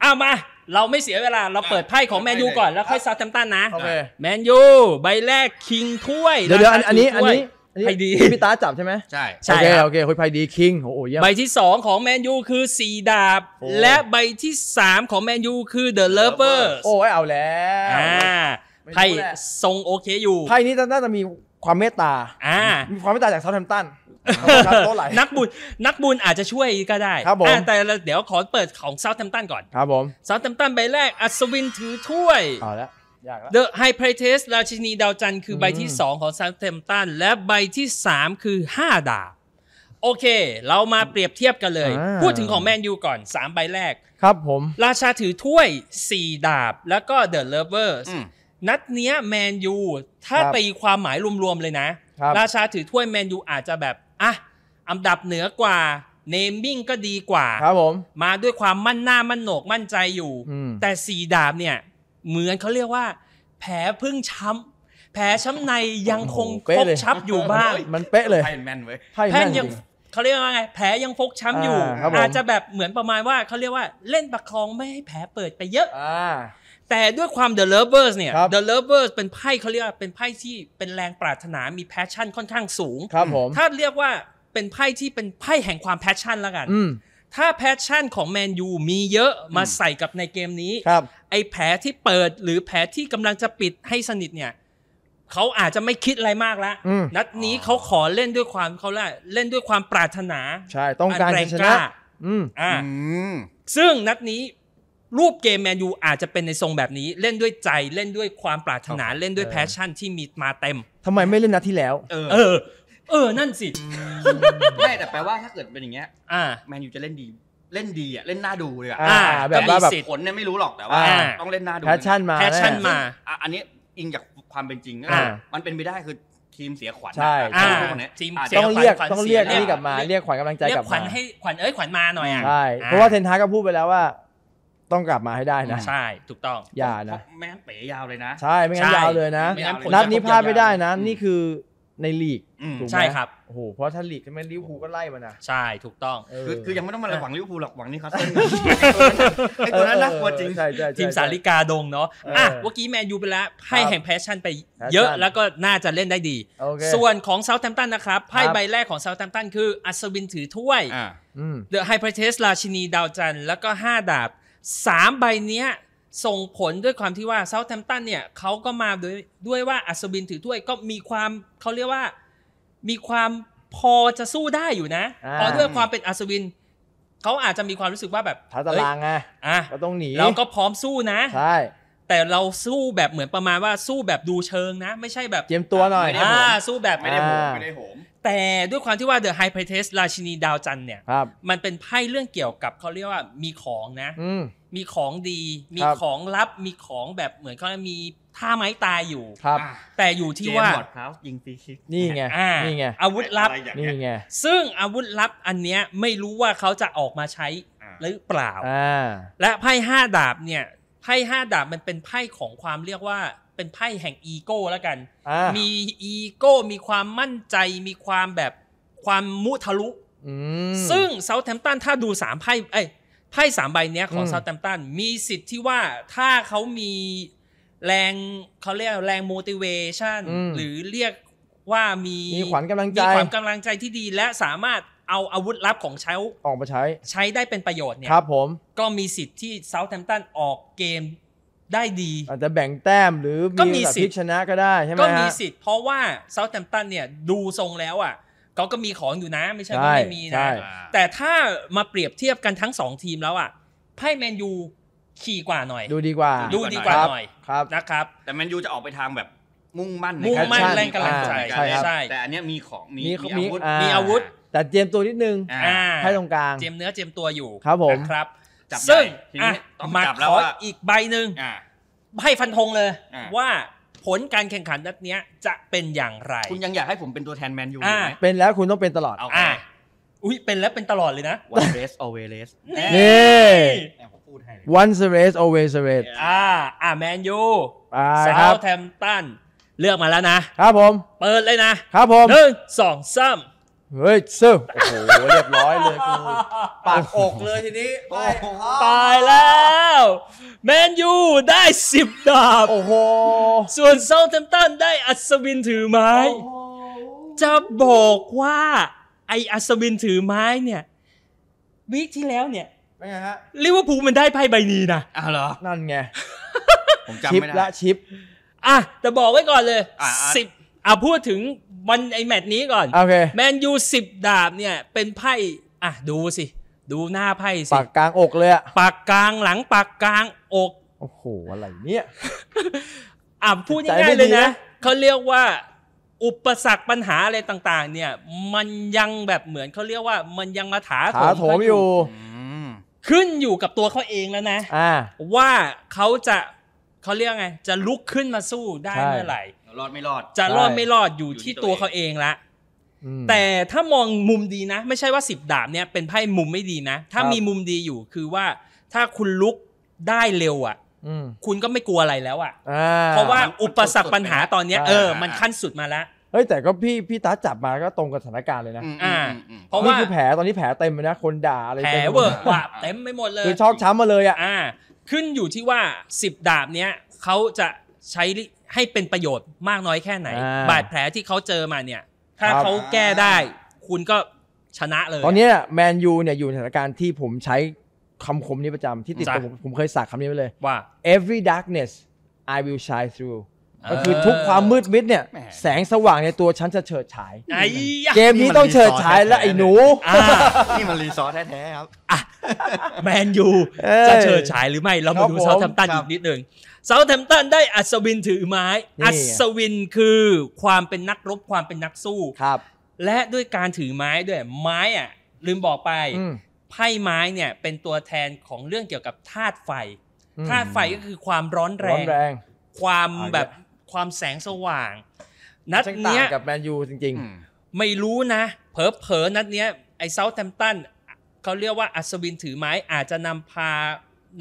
F: เอามา เราไม่เสียเวลาเราเปิดไพ่ของแมนยูก่อน แล้วค่อยซา u t ท m ตันนะ
E: โอเค
F: แมนยูใบแรกคิงถ้วย
E: เดี๋ยวเดี๋ยวอัน
F: ราคา
E: อันนี้อัน
F: ถูกถ้วย
E: นี้อันนี้
F: ไพ่ดี
E: ที่พี่ตาจับใช่ไหม
C: ใช่
F: ใช่
E: โอเค
F: ครับ
E: โอเคโอ้ยไพ่ดีคิงโอ้โหเยี่ยม
F: ใบที่ 2 ของแมนยูคือ 4 ดาบ
C: โอ้
F: และใบที่ 3 ของแมนยูคือ The Lovers
E: โอ้ยเอาแล้ว
F: อ่า
E: ไม่รู้
F: ไพ่
E: แหละ
F: ทรงโอเคอยู่
E: ไพ่นี้น่าจะมีความเมตตา
F: อ่า
E: มีความเมตตาจากเซาท์แฮมป์ตันครับโต๊ะไหล
F: นักบุญนักบุญอาจจะช่วยก็ได้
E: ครับผม
F: อ่ะแต่เราเดี๋ยวขอเปิดของเซาท์แ m มตันก่อน
E: ครับผม
F: เซาท์แ m มตันใบแรก อัศวินถือถ้วย
E: เอาละยากละ
F: The High Priestess ราชินีดาวจันทร์คือใบที่
E: อืม
F: 2 ของเซาท์แ m มตันและใบที่ 3 คือ 5 ดาบ โอเค เรามาเปรียบเทียบกันเลย
E: อ่า
F: พูดถึงของแมนยูก่อน 3 ใบแรก
E: ครับผม
F: ราชาถือถ้วย 4 ดาบ แล้วก็ The Lovers
C: อืม
F: นัดเนี้ยแมนยูถ้า
E: ครับ
F: ตีความหมายรวมๆเลยนะ
E: ครับ
F: ราชาถือถ้วยแมนยูอาจจะแบบอ่ะอันดับเหนือกว่าเนมมิ่งก็ดีกว่า
E: ครับผม
F: มาด้วยความมั่นหน้ามั่นโหนกมั่นใจอยู่
E: อืม
F: แต่สีดาบเนี่ย เหมือนเขาเรียกว่า แผลเพึ่งช้ำแผลช้ำในยังคงฟกช้ำอยู่บ้าง
E: มันเป๊ะเลย
C: ไพ่แมนเว้ย
E: ไพ่
F: แผล
E: แม่นจ
F: ยัง
E: ริง
F: เขาเรียกว่าไงแผลยังฟกช้ำอยู่
E: อ่าครับผม
F: อาจจะแบบเหมือนประมาณว่าเขาเรียกว่าเล่นประคองไม่ให้แผลเปิดไปเยอะ
E: อ่า
F: แต่ด้วยความ The Lovers เนี่ย
E: ครับ
F: The Lovers เป็นไพ่เขาเรียกว่าเป็นไพ่ที่เป็นแรงปรารถนามีแพชชั่นค่อนข้างสูง
E: ครับผม
F: ถ้าเรียกว่าเป็นไพ่ที่เป็นไพ่แห่งความแพชชั่นละกัน
E: อืม
F: ถ้าแพชชั่นของแมนยูมีเยอะมาใส่กับในเกมนี้
E: ครับ
F: ไอ้แผลที่เปิดหรือแผลที่กำลังจะปิดให้สนิทเนี่ยเขาอาจจะไม่คิดอะไรมากละ
E: อืม
F: นัดนี้เขาขอเล่นด้วยความเขาเรียกเล่นด้วยความปรารถนา
E: ใช่ต้องการ
F: แร
E: จะ
F: ง
E: ช
F: ก
E: นะ
F: ล้า
E: อืม
F: อ่า
C: อืม
F: ซึ่งนัดนี้รูปเกมแมนยูอาจจะเป็นในทรงแบบนี้ เล่นด้วยใจเล่นด้วยความปรารถนาเล่นด้วย
E: เออ
F: แพชชั่นที่มีมาเต็ม
E: ทำไมไม่เล่นนัดที่แล้ว
C: เออ
F: เออ เออ นั่นสิ
C: ไม่แต่แปลว่าถ้าเกิดเป็นอย่างเงี้ย
F: อ่า
C: แมนยูจะเล่นดี เล่นดีอ่ะ เล่นหน้าดูเลยอ่ะ
E: อ่า
F: อ่า
E: แบบว่าแบ
F: ก็มี
E: บ
F: สิทธิ์
C: ผลเนี่ยไม่รู้หรอกแต่ว่า
F: อ่า
C: ต้องเล่นหน้าดู
E: แพชชั่นมา
F: แพชชั่น
E: น่
F: มา
C: อ่ะอันนี้อิงจากความเป็นจริงก็
F: อ่า
C: มันเป็นไปได้คือทีมเสียขวัญ
E: ใช่
C: อ่ะ
F: อ่า
C: พวกเนี้ย
F: ทีม
C: อาจ
F: สี
C: จะ
E: ต้อง
F: ขวัญ
E: เรียก
F: ขวัญ
E: ต้องเรียก
F: สี
E: นี่กลับมาเรียกขวัญกำลังใจ
F: เรีย
E: กลั
F: ก
E: บ
F: ข
E: มา
F: วัญให้ขวัญเอ้ยขวัญมาหน่อยอ่ะ
E: ใช่
F: อ่
E: เพราะว่าเทนทากก็พูดไปแล้วว่า ต้องกลับมาให้ได้นะ
F: ใช่ ถูกต้อง
E: อย่านะ
C: แม่งเป๋ยาวเลยนะ
E: ใช่ไม่งั้น
F: ใช่
E: ยาวเลยนะ
F: ไม่งั้นผล
E: นัด
F: จะ
E: นี้
F: ตก
E: พลาดไม่ได้นะ
C: อืม
E: นี่คือในลีก
C: อืม
E: ถูกไหม
F: ใช่ครับ
E: โอ้โหเพราะถ้าลีกไม่ลิเวอร์พูลก็ไล่มันนะ
F: ใช่ ถูกต้อง
E: เ
C: คือคือยังไม่ต้องมาหวังลิเวอร์พูลหรอกหวังนี่ครับไอ
E: เอ
C: ตัว
E: อ
C: นั้นน่ากลัวจริง
E: ใช่ใช่ใช่
F: ทีมสาริกาดงเนาะ อ่ะ
E: เออ
F: เมื่อกี้แมนยูไปแล้วไพ่แห่งแพชชั่นไป
E: ครับ
F: เยอะ
E: แพชชั่น
F: แล้วก็น่าจะเล่นได้ดี
E: โอเค
F: ส่วนของเซาท์แ m มตันนะครับ ไพ่
E: ครับ
F: ใบแรกของเซาท์แ m มตันคืออัศวินถือถ้วย
C: อ่า
E: อืม
F: The High Priestess ราชินีดาวจันทร์แล้วก็ 5 ดาบ 3 ใบเนี้ยส่งผลด้วยความที่ว่าเซาท์แ m มตันเนี่ยเขาก็มาด้วยด้วยว่าอัศวินถือถ้วยก็มีความเขาเรียกว่ามีความพอจะสู้ได้อยู่นะ
E: อ่า
F: พอด้วยความเป็นอัศวินเขาอาจจะมีความรู้สึกว่าแบบ
E: ท้าตารางไง
F: เอ้ยอ่ะ
E: ก็ต้องหนี
F: เราก็พร้อมสู้นะ
E: ใช่
F: แต่เราสู้แบบเหมือนประมาณว่าสู้แบบดูเชิงนะ ไม่ใช่แบบ
E: เจียมตัวหน่อย
C: ไม่ได้
F: อ่าสู้แบบ
C: ไม่ได้โหม
E: อ่า
C: ไม่ได้โหม
F: แต่ด้วยความที่ว่า The High Priestess ราชินีดาวจันทร์เนี่ย
E: ครับ
F: มันเป็นไพ่เรื่องเกี่ยวกับเขาเรียกว่ามีของนะ
E: อืม
F: มีของดี มี
E: ครับ
F: ของลับ มีของแบบเหมือนเขามีท่าไม้ตายอยู่
E: ครับ
C: อ่ะ
F: แต่อยู่ที่
C: เจม
F: ว่า
C: ส์บอร์ดพราวส์ยิงฟรีคิก
E: นี่ไง
F: อ่า
E: นี่ไง
F: อาวุธลับ
C: อะไรอย่างเงี้ย
E: นี่ไง
F: ซึ่งอาวุธลับอันเนี้ยไม่รู้ว่าเขาจะออกมาใช้หรือเปล่า
E: อ่า
F: และไพ่ห้าดาบเนี่ยไพ่ห้าดาบมันเป็นไพ่ของความเรียกว่าเป็นไพ่แห่งอีโก้แล้วกัน
E: อ่ามี
F: มีอีโก้มีความมั่นใจมีความแบบความมุทะลุ
E: อืม
F: ซึ่งเซา t ์แ m มตันถ้าดูสามไพ่เอ้ยไพ่สามใบเนี้ยของ
E: อืม
F: เซา t ์แ m มตันมีสิทธิ์ที่ว่าถ้าเขามีแรงเขาเรียกแรง motivation
E: อืม
F: หรือเรียกว่ามี
E: มีขวัญกำลังใจ
F: มีขวัญกำลังใจที่ดีและสามารถเอาอาวุธลับของเขา
E: ออกมาใช้
F: ใช้ได้เป็นประโยชน์เนี่ย
E: ครับผม
F: ก็มีสิทธิ์ที่เซา t ์แ m มตันออกเกมได้ดี
E: อาจจะแบ่งแต้มหรือ
F: ก็มี
E: มี
F: สิ
E: สิ
F: ท
E: ท
F: ธิ์
E: ธิ์ชนะก็ได้ใช่ไหม
F: ก็
E: ฮะ
F: มีสิทธิ์เพราะว่าเซา t ์แ m มตันเนี่ยดูทรงแล้วอ่ะเขาก็มีของอยู่นะไม่ใช่ว่า
E: ใช่
F: ไม่มี
E: ใช่
F: นะ แต่ถ้ามาเปรียบเทียบกันทั้งสองทีมแล้วอ่ะไพ่แมนยู ขี่กว่าหน่อย
E: ดูดีกว่า
F: ดูดีกว่าหน่อย
E: ครับ
F: นะครับ
C: แต่แมนยูจะออกไปทางแบบมุ่งมั่น
F: มุ่งมั่น
E: แอคชั่น
F: แรงกำลังใจ
E: อ่าใช่ครับ
F: ใช่
C: แต่อันเนี้ยมีของมี
E: มีมี
C: อาวุธ
E: อ่า
F: มีอาวุธ
E: แต่เตรียมตัวนิดนึง
C: อ่า
F: อ่า
E: ให้ตรงกลาง
F: เจียมเนื้อเจียมตัวอยู่
E: ครับผม
F: นะครับ
C: จับใหญ่
F: ซึ่ง
C: ทีนี้
F: อ่ะ
C: ต้อง
F: มา
C: จับ
F: ข
C: แล้ว
F: อ
C: ว่า
F: อีกใบหนึ่ง
C: อ่า
F: ให้ฟันธงเลย
C: อ่า
F: ว่าผลการแข่งขันนัดเนี้ยจะเป็นอย่างไร
C: คุณยังอยากให้ผมเป็นตัวแทนแมนยูอยู่ไหม
E: เป็นแล้วคุณต้องเป็นตลอด
C: เอา
F: อ่าอุ้ยเป็นแล้วเป็นตลอดเลยนะ
C: วันเรสอเวเลส
E: นี่
C: ยผมพูดให้เลย
E: once a race always a race
F: อ่า อ่าแมนยู
E: ไป
F: ซา
E: ครับ
F: วแทมตันเลือกมาแล้วนะ
E: ครับผม
F: เปิดเลยนะครับ
E: ผม
F: หนึ่งสองสาม
E: เฮ้ยซึมโอ้โหเรียบร้อยเลยกูปากอกเลยทีนี้
C: โอ้โห
F: ตายแล้วแมนยูได้สิบดาบ
E: โอ้โห
F: ส่วนเซาเทมตันได้อัศวินถือไม้ จะบอกว่าไออัศวินถือไม้เนี่ยวีคที่แล้วเนี่ย
E: เป็นไงฮะ
F: ลิเวอร์พูลมันได้ไพ่ใบนี้นะ
C: อ้าวเหรอ
E: นั่นไง
C: ผม
E: ชิ
C: จำ
E: ป
C: ไม่
E: ละ
C: ได้
E: ชิป
F: อ่ะแต่บอกไว้ก่อนเลย
C: อ่ะอ่ะ
F: สิบอ่ะพูดถึงวันไอแมตช์นี้ก่อน
E: โอเค
F: แมนยูสิบดาบเนี่ยเป็นไพ่อ่ะดูสิ ดูหน้าไพ่สิ
E: ปากกลางอกเลยอะ
F: ปากกลางหลังปากกลางอก
E: โอ้โห อะไรเนี่ย
F: อ่ะพูด
E: ใจ
F: ง่า
E: ไม่
F: ยๆเลย
E: ดี
F: นะ
E: นะ
F: เขาเรียกว่า อุปสรรคปัญหาอะไรต่างๆ เนี่ย มันยังแบบเหมือนเขาเรียกว่ามันยังมาถา
E: ขาโถมอยู่
C: อืม
F: ขึ้นอยู่กับตัวเขาเองแล้วนะ
E: อ่า
F: ว่าเขาจะเขาเรียกไง จะลุกขึ้นมาสู้ได้
E: ใช่
F: เมื่อไหร่
C: รอดไม่รอด
F: จะรอด
E: ใช่
F: ไม่รอดอยู่
C: อยู่ที่
F: ที่
C: ตั
F: ตัว
C: ว
F: เขาเองละ
E: อืม
F: แต่ถ้ามองมุมดีนะ ไม่ใช่ว่าสิบดาบเนี่ยเป็นไพ่มุมไม่ดีนะ ถ้า
E: ครับ
F: มีมุมดีอยู่คือว่าถ้าคุณลุกได้เร็วอ่ะ
E: อืม
F: คุณก็ไม่กลัวอะไรแล้วอ่ะ
E: อ่า
F: เพราะว่า
C: มัน
F: อุปสรรคปัญหาตอนเนี้ย
E: ใช่
F: เออ
C: อ่ามั
F: มันขั้นสุดมาแล้ว
E: เฮ้ย แต่ก็พี่พี่ตาจับมาก็ตรงกับสถานการณ์เลยนะ
C: อืม
F: อ่า
C: มอืม
F: เพราะ
E: นี่
F: ว่า
E: คือแผลตอนนี้แผลเต็มเลยนะ คนด่าอะไร
F: แผล
E: ต็มไปหมด
F: เวอร์
E: ลย
F: ว่าเต็มไปหมดเลย
E: คือชอกช้ำมาเลยอ่ะ
F: อ่า ขึ้นอยู่ที่ว่า 10 ดาบเนี้ยเขาจะใช้ให้เป็นประโยชน์มากน้อยแค่ไหน
E: อ่า
F: บาดแผลที่เขาเจอมาเนี่ย ถ้า
E: ครับ
F: เขาแก้ได้ คุณก็ชนะเลย
E: ตอนเนี้แมนยูเนี่ยอยู่ในสถานการณ์ที่ผมใช้คำคมนี้ประจำที่ติดตัว
F: จ้ะ
E: ผมผมเคยสักคำนี้ไปเลย
F: ว่า
E: every darkness I will shine through ก็คือทุกความมืดมิดเนี่ย
C: แหม
E: แสงสว่างในตัวฉันจะเฉิดฉาย
F: ไอ้ยะ
E: เกมนี้ต้องเฉิดฉายและไอ้หนู
F: อ่า
C: นี่มันรีซอสแท้ๆครับ
F: แมนยู
E: เอ้ย
F: จะเฉิดฉายหรือไม่ เรามาดู
E: ครับผม
F: เซาท์แทมป์ตัน
C: ครั
F: อี
C: บ
F: กนิดหนึ่งเซาท์แทมป์ตันได้อัศวินถือไม้
E: นี่
F: อัศวินคือความเป็นนักรบความเป็นนักสู้
E: ครับ
F: และด้วยการถือไม้ด้วยไม้อะลืมบอกไป
E: อืม
F: ไพ่ไม้เนี่ยเป็นตัวแทนของเรื่องเกี่ยวกับธาตุไฟ
E: อืม
F: ธาตุไฟก็คือความร้อนแร
E: ร้อง นแรง
F: ความแบบความแสงสว่าง นัด
E: ช่างต่าง
F: เนี้ย
E: กับแมนยูจริง
F: ไม่รู้นะ เผลอๆนัดเนี้ยไอ้เซาท์แทมป์ตันเขาเรียกว่าอัศวินถือไม้อาจจะนำพา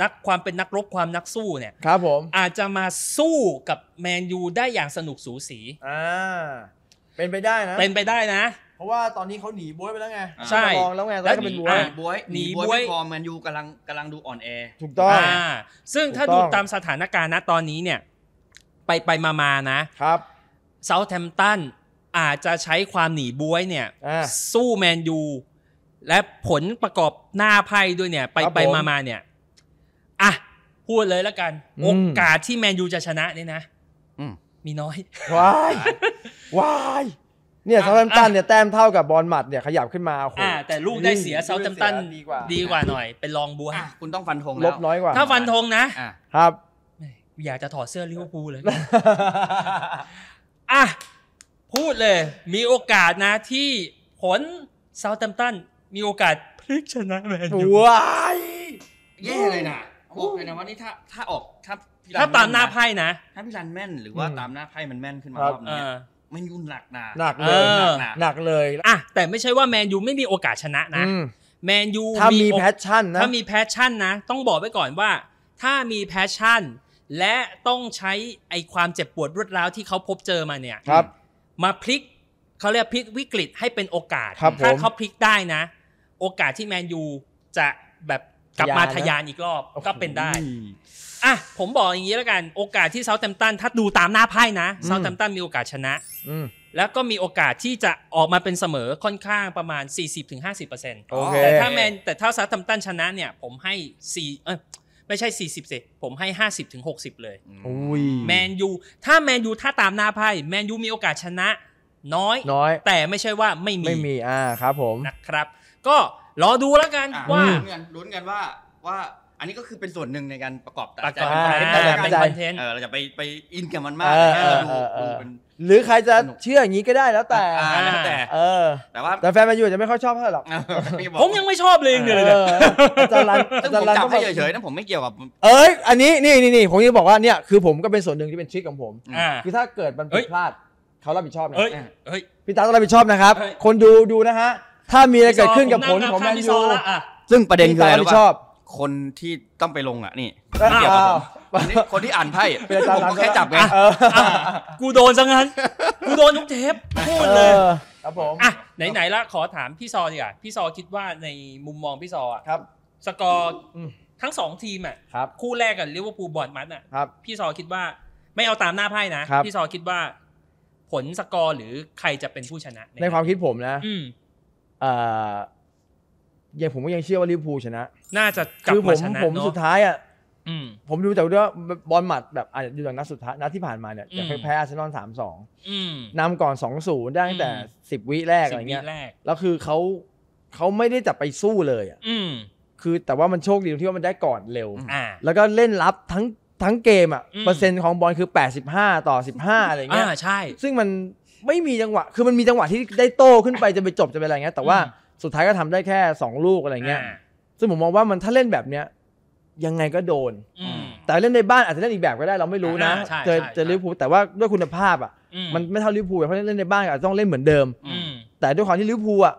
F: นักความเป็นนักรบความนักสู้เนี่ย
E: ๆ ครับผม
F: อาจจะมาสู้กับแมนยูได้อย่างสนุกสูสี
E: อ่า เป็นไปได้นะ
F: เป็นไปได้นะ
E: เพราะว่าตอนนี้เขาหนีบ๊วยไปแล้วไง
F: ใช่
E: เขามาลองแล้วไงตอนนี้ก็เป็นบ๊ว
C: ห
E: ย
C: นีบวย
F: ห
C: ห
F: นี
C: นี
F: บ๊
C: บ
F: ว
C: ว
F: ย
C: ยไม่พอแมนยูกำลังกำลังดูอ่อนแอ
E: ถูกต้อง
F: อ่าซึ่งถ้า
E: ถูกต้
F: ดู
E: อง
F: ตามสถานการณ์นะตอนนี้เนี่ย ไปไปมามานะครับ เซาท์แฮมป์ตันอาจจะใช้ความหนีบวยเนี่ย
E: อ่า
F: สู้แมนยู และผลประกอบหน้าไพ่ด้วยเนี่ย ไป
E: ครับ
F: ไป
E: ผม
F: มามาเนี่ย อ่ะ พูดเลยแล้วกัน
E: อืม
F: โอกาสที่แมนยูจะชนะเนี่ยนะ
C: อืม
F: มีน้อย
E: ว้ายวายเนี่ยเซาแฮมป์ตันเนี่ยแต้มเท่ากับบอลหมัดเนี่ยขยับขึ้นมาโอ้โห
F: อ่า แต่ลูกได้เสีย
E: ลูก
F: เซาท์แฮมป์ตัน
E: เสียดีกว่า
F: ดีกว่าหน่อย เป็นรองบวย
C: อ่ะคุณต้องฟันธง
E: ล
C: แล้ว
E: บน้อยกว่า
F: ถ้าฟันธงนะ
C: อ่ะ
E: ครับ
F: แหม่กูอยากจะถอดเสื้อลิเวอร์พูลเลย อ่ะ พูดเลย มีโอกาสนะที่ผลเซาท์แ m มตันมีโอกาสพลิกชนะแมนยู
E: ว้าย
C: แย่เลยนะบอกเลยนะว่านี่ถ้าถ้าออกถ้าพี่รั
F: ถ้าตามหน้า
C: แะ
F: ไพ่นะ
C: ถ้าพี่รันแม่นหรือว่าตามหน้าไพ่มันแม่นขึ้นมา
E: ครับ
C: รอบ
F: เอ
C: เนี้ย
F: อ
C: มันยุ่นหนักหนา
E: หนัก
F: อ
E: เลย
F: อ
C: หนักหนา
E: หนักเลย
F: อ่ะ แต่ไม่ใช่ว่าแมนยูไม่มีโอกาสชนะนะ
E: อืม
F: แมนยู
E: ถ้ามี
F: โอ
E: แพชชั่นนะ
F: ถ้ามีแพชชั่นนะ ต้องบอกไว้ก่อนว่า ถ้ามีแพชชั่น และต้องใช้ไอความเจ็บปวดรวดร้าวที่เขาพบเจอมาเนี่ย
E: ครับ
F: มาพลิกเขาเรียกพลิกวิกฤตให้เป็นโอกาส
E: ครับผม
F: ถ้าเขาพลิกได้นะ โอกาสที่แมนยูจะแบบกลับมาทะยานอีกรอบ
E: โอ้โห
F: ก็เป็นได้อ่ะผมบอกอย่างนี้แล้วกัน โอกาสที่เซาท์แ m มตันถ้าดูตามหน้าไพ่นะเซาท์แ m มตันมีโอกาสชนะ
E: อืม
F: แล้วก็มีโอกาสที่จะออกมาเป็นเสมอค่อนข้างประมาณ 40-50%
E: โอเค
F: แต่ถ้าแมนแต่ถ้าเซาท์แ m มตันชนะเนี่ย ผมให้4เอ้ยไม่ใช่ 40สิผมให้ 50-60 เลย
E: อุ้ย
F: แมนยูถ้าแมนยูถ้าตามหน้าไพ่แมนยูมีโอกาสชนะ น้อย
E: น้อย
F: แต่ไม่ใช่ว่าไม่มี
E: ไม่มี อ่า ครับผม
F: นะครับ ก็รอดูแล้วกัน
C: อ่ะ
F: ว่า
C: ลุ้นกันลุ้นกันว่าว่า อันนี้ก็คือเป็นส่วนหนึ่งในการประกอบตัด
F: ประ
C: ใจ
F: กอบ
C: เป็นคอนเทนต์
E: อ่า
C: แล้วกันเออเราจะ
F: เป็นคอนเทนต์
C: ไปไปอินกับมันมาก
E: เออ
C: นะ
E: เอ
C: เราดู
E: อเออเอ
C: ดู
E: อ
C: เป็น
E: หรือใครจะ
C: สนุก
E: เชื่ออย่างนี้ก็ได้แล้วแต่
C: อ่าแล้วแต่
E: เออ
C: แต่ว่า
E: แต่แฟนแมนยูอาจจะไม่ค่อยชอบเท่าไหร่หรอก
C: พี่บอก
F: ผมยังไม่ชอบเลยเองเลย
E: เอ
F: เนี่ย
E: ออาจารย์รัน
C: ซึ่ง
E: อา
C: ผม
E: จารย์รัน
C: จับ
E: ก็
C: ให้
E: แบบ
C: เฉยๆนะผมไม่เกี่ยวกับ
E: เอ้ย อันนี้นี่นี่นี่ผมจะบอกว่าเนี่ยคือผมก็เป็นส่วนหนึ่งที่เป็นทริคของผม
F: อ่า
E: คือถ้าเกิดมัน
F: เฮ้
E: ผิด
F: ย
E: พลาดเขารับผิดชอบนะ
F: เฮ้ยเฮ้ย
E: พี่ตาต้องรับผิดชอบนะครับ
F: เฮ้ย
E: คนดูดูนะฮะ ถ้ามีอะไรเกิดขึ้นกับผล
F: พี่ซ
E: ของแมน
F: พี่ซ
E: ยู
F: ละอ่ะ
C: ซึ่งประเด็นคื
E: พี่
C: อ
E: ตา
C: อะไร
E: รับ
C: รู้
E: ผิดช
C: ป่ะ
E: อบ
C: คนที่ต้องไปลงอ่ะนี่
E: อ้
C: ไม่เกี่ยวกับ
E: า
C: ผมคน
E: ว
C: นี้คนที่อ่านไพ่อะ
E: เป็นอาจาร
C: ผ
E: ย์
C: ม
E: รัน
C: ก็แค่จับไง
E: เออ
F: อ่ะกูโดนซะงั้น กูโดนทุกเทปพูด
E: เอ
F: เลย
E: อครับผม
F: อ่ะไหนๆละขอถามพี่ซอดีกว่าพี่ซอคิดว่าในมุมมองพี่ซออ่ะ
E: ครับ
F: สกอร์
E: อืม
F: ทั้งสองทีมอ่ะ
E: ครับ
F: คู่แรกกับลิเวอร์พูลบอร์ดมัดอ่ะ
E: ครับ
F: พี่ซอคิดว่าไม่เอาตามหน้าไพ่นะครับ พี่ซอคิดว่า ผลสกอร์หรือใครจะเป็นผู้ชนะ
E: ในความคิดผมนะ
F: อืม
E: เอ่อยังผมก็ยังเชื่อว่าลิเวอร์พูลชนะ
F: น่าจะกลั
E: คือผม
F: บาม ชนะ
E: ผม
F: เน
E: สุด
F: อะ
E: ท้ายอ่ะ
F: อืม
E: ผมดูแต่ว่าบอลหมัดแบบอาจจะดูจากนัดสุดท้ายนัดที่ผ่านมาเนี่ย
F: อืม
E: จะแพ้อาร์เซนอลสามสอง
F: อืม
E: นำก่อนสองศูนย์ได้ตั้งแต่
F: อืม
E: สิบวิแรก
F: สิ
E: อะไร
F: บวิ
E: เงี้ย
F: แรก
E: แล้วคือเขาเขาไม่ได้จะไปสู้เลยอ่ะ
F: อืม
E: คือแต่ว่ามันโชคดีตรงที่ว่ามันได้ก่อนเร็ว
F: อ่า
E: แล้วก็เล่นรับทั้งทั้งเกมอ่ะ
F: อืม
E: เปอร์เซ็นต์ของบอลคือ 85 ต่อ 15 อะไร
F: อ่า
E: เงี้ย
F: ใช่
E: ซึ่งมันไม่มีจังหวะ คือมันมีจังหวะที่ได้โต้ขึ้นไปจะไปจบจะไปอะไรเงี้ย แต่ว่า
F: อื
E: สุดท้ายก็ทำได้แค่ 2 ลูกอะไรเงี้ย
F: อ่า
E: ซึ่งผมมองว่ามันถ้าเล่นแบบเนี้ยยังไงก็โดน
F: อืม
E: แต่เล่นในบ้านอาจจะเล่นอีกแบบก็ได้เราไม่รู้นะ
F: อ่าใช่
E: เจอ
F: ใช่
E: เจอ
F: ใช่
E: ลิเวอร์พูลแต่ว่าด้วยคุณภาพอ่ะ
F: อื
E: มันไม่เท่าลิเวอร์พูลเพราะเล่นในบ้านอาจจะต้องเล่นเหมือนเดิม
F: อืม
E: แต่ด้วยความที่ลิเวอร์พูลอ่ะ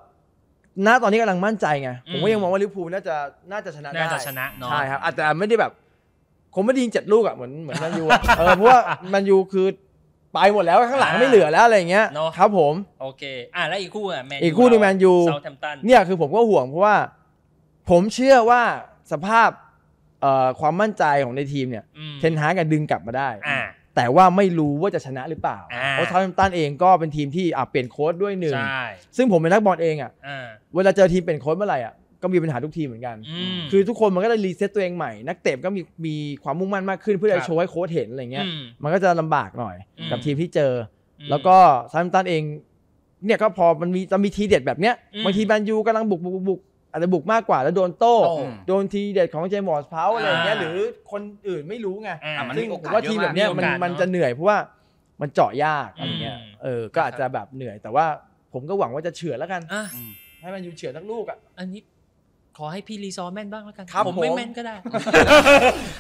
E: ณตอนนี้กำลังมั่นใจไง
F: อืม
E: ผมก็ยังมองว่าลิเวอร์พูลน่าจะน่าจะชนะได้
F: น่าจะชนะเนาะ
E: ใช่ครับอาจจะไม่ได้แบบคงไม่ไดยิงเจ็ดลูกอ่ะเหมือนเหมือนแมันยู
F: <laughs>
E: อะ เออเพราะว่าแมันยูคือไปหมดแล้วข้างหลัง
F: อ่า
E: ไม่เหลือแล้วอะไรอย่างเงี้ย
F: เนอะ
E: ครับผม
F: โอเค อ่ะแล้วอีกคู่อ่ะแมน
E: อีกคู่หนึ่งแมนยู
F: เซาแทมตัน
E: เนี่ยคือผมก็ห่วงเพราะว่า ผมเชื่อว่าสภาพเอ่อความมั่นใจของในทีมเนี่ยเทนฮากันดึงกลับมาได้
F: อ่า
E: แต่ว่าไม่รู้ว่าจะชนะหรือเปล่า
F: อ่า
E: เพราะทาวน์แฮมป์ตันเองก็เป็นทีมที่อ่ะเปลี่ยนโค้ดด้วยหนึ่ง
F: ใช่
E: ซึ่งผมเป็นนักบอลเองอ่ะ
F: อ่า
E: เวลาเจอทีมเปลี่ยนโค้ดเมื่อไหร่อ่ะก็มีปัญหาทุกทีมเหมือนกัน
F: อืม
E: คือทุกคนมันก็ได้รีเซ็ตตัวเองใหม่ นักเตะก็มีมีความมุ่งมั่นมากขึ้นเพื่อ
F: ครั
E: จะ
F: บ
E: โชว์ให้โค้ชเห็นอะไรเงี้ย
F: อืม
E: มันก็จะลำบากหน่อย
F: อืม
E: กับทีมที่เจออ
F: อืม
E: แล้วก็ซา m ตันเอง เนี่ยก็พอมันมีจะมีทีเด็ดแบบเนี้ย
F: อืม
E: บางทีแมนยูกำลังบุกบุกบุกบุกอาจจะบุกมากกว่าแล้วโดนโต้
F: โต้
E: โดนทีเด็ดของเจมส์วอร์ดส์เพาอะไรอย่างเงี้ย
F: อ่า
E: หรือคนอื่นไม่รู้ไง
F: อ่า
C: อ่ะมัน
E: ซึ่งผม
C: โกาส
E: ว่า
C: เยอะ
E: ทีมแบบเนี้ย
F: มาก
E: มัน
F: มีโอกาส
E: มัน
F: เนอะ
E: จะเหนื่อยเพราะว่ามันเจาะยากอะไรเงี้ย
F: อืม
E: เออก็อาจจะแบบเหนื่อยแต่ว่าผมก็หวังว่าจะเฉือนแล้วกัน
F: อ่ะ
E: ให้แมันยูเฉือนสักลูกอ่ะ
F: อันนี้ขอให้พี่รีซอร์แม่นบ้างแล้วกัน
E: ครับ
F: ผมไม่
E: ผม
F: แม่นก็
E: <laughs>
F: ได้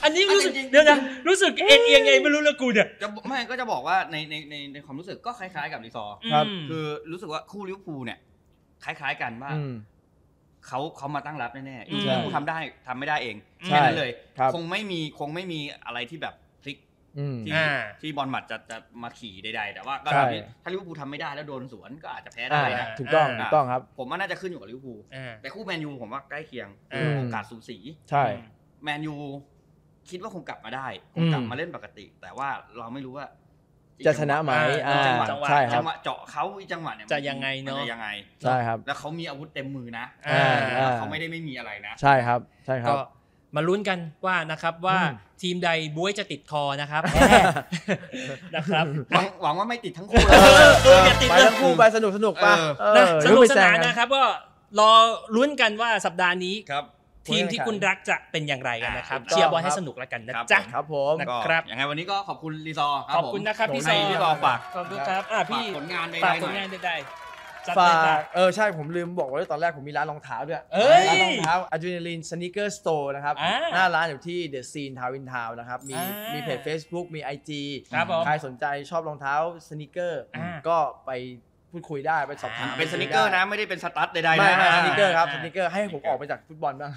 F: อันนี้รู้สึก
C: อันนี้จริงๆ
F: เดี๋ยวนะรู้สึกเอ็นเอียงไงไม่รู้แล้วกูเนี่ย
C: จะไม่ก็จะบอกว่าในในในในความรู้สึกก็คล้ายๆกับรีซอร์
E: ครับ
F: อืม
C: คือรู้สึกว่าคู่ลิเวอร์พูลเนี่ย คล้ายๆกันว่า
E: อืม
C: เขาเขามาตั้งรับแน่ๆ
F: อืม
C: ที่ผู้ทำได้ทำไม่ได้เอง
F: ใช่
C: แค่นั้นเลย
E: ครับ
C: คงไม่มีคงไม่มีอะไรที่แบบพลิก
E: อืม
C: ที่
F: อ่า
C: ที่บอลหมัดจะจะมาขี่ใดๆ แต่ว่าก็
E: ใช่
C: ถ้าลิเวอร์พูลทำไม่ได้แล้วโดนสวนก็อาจจะแพ้ได้
E: อ่า
C: นะ
E: ถูกต้อง
F: อ่า
E: ถูกต้องครับ
C: ผมว่าน่าจะขึ้นอยู่กับลิเวอร์พูล
F: อ่า
C: แต่คู่แมนยูผมว่าใกล้เคียง
F: อืม
C: โอกาสสูสี
E: ใช่
C: แมนยูคิดว่าคงกลับมาได้คงกลับมาเล่นปกติ แต่ว่าเราไม่รู้ว่า
E: จะชนะไหม
F: อ่า
E: อ่า
C: จังหวะ
F: จังหวะ
E: ใช่ค
C: จั
E: รับ
C: งหวะเจาะเขาอีกจังหวะเนี่ย
F: จะยังไงเนอะ
C: มัจยังไง
E: ใช่ครับ
C: แล้วเขามีอาวุธเต็มมือนะ
E: อ่าอ่า
C: เขาไม่ได้ไม่มีอะไรนะ
E: ใช่ครับ ใช่ครั
F: ก็
E: บ
F: มาลุ้นกันว่านะครับว่า
E: อืม
F: ทีมใดบ้วยจะติดคอนะครับ นะครับ
C: หวังหวังว่าไม่ติดทั้งคู่
F: เอออย่าติด
E: <laughs> ไป
F: เลย
E: ทั้งคู่ไปสนุกสนุกไป
C: เออ
E: เออ
F: นะสนุก
E: ไม่
F: ส
E: แซ
F: นาง นนะครับก็รอลุ้นกันว่าสัปดาห์นี้
C: ครับ
F: ทีมที่คุณรักจะเป็นอย่างไรกันนะครับ
E: อ่า
F: เชียร์บอลให้สนุกแล้วกันนะครับ จ๊ะ
E: ครับผม
F: นะ
C: ก็
F: ครับ
C: ยังไงวันนี้ก็ขอบคุณรีซอร์
F: ขอบคุณนะครับพี่ซ
C: ซ
F: อ
C: รีซอร์ฝาก
F: ขอบคุณครับอ่า
C: ฝา
F: พี่
C: กผลงานใด
F: ฝาก
C: ๆห
F: ผ
C: น่อ
F: ลงาน
C: ย
F: ใดๆจัด
E: ฝา
F: เลยจ้ะ
E: กเออใช่ผมลืมบอกไว้ตอนแรกผมมีร้านรองเท้าด้วย
F: เอ้ย
E: ร้านรองเท้า Adrenaline Sneaker Store นะครับ
F: อ่า
E: หน้าร้านอยู่ที่ The Scene Town in Town นะครับ มี
F: อ่ามี
E: มีเพจ Facebook มี IG
F: ครับผม
E: ใครสนใจชอบรองเท้าสนิเกอร์
F: อ่า
E: ก็ไปพูดคุยได้ไปสอบถาม
C: เป็นสนิเกอร์นะ ไม่ได้เป็นสตั๊ดใดๆ
E: ไม่
C: นะ
E: ไม่สนิเกอร์ครับ
F: อ่า
E: สนิเกอร์ให้ผมออกไปจากฟุตบอลบ้าง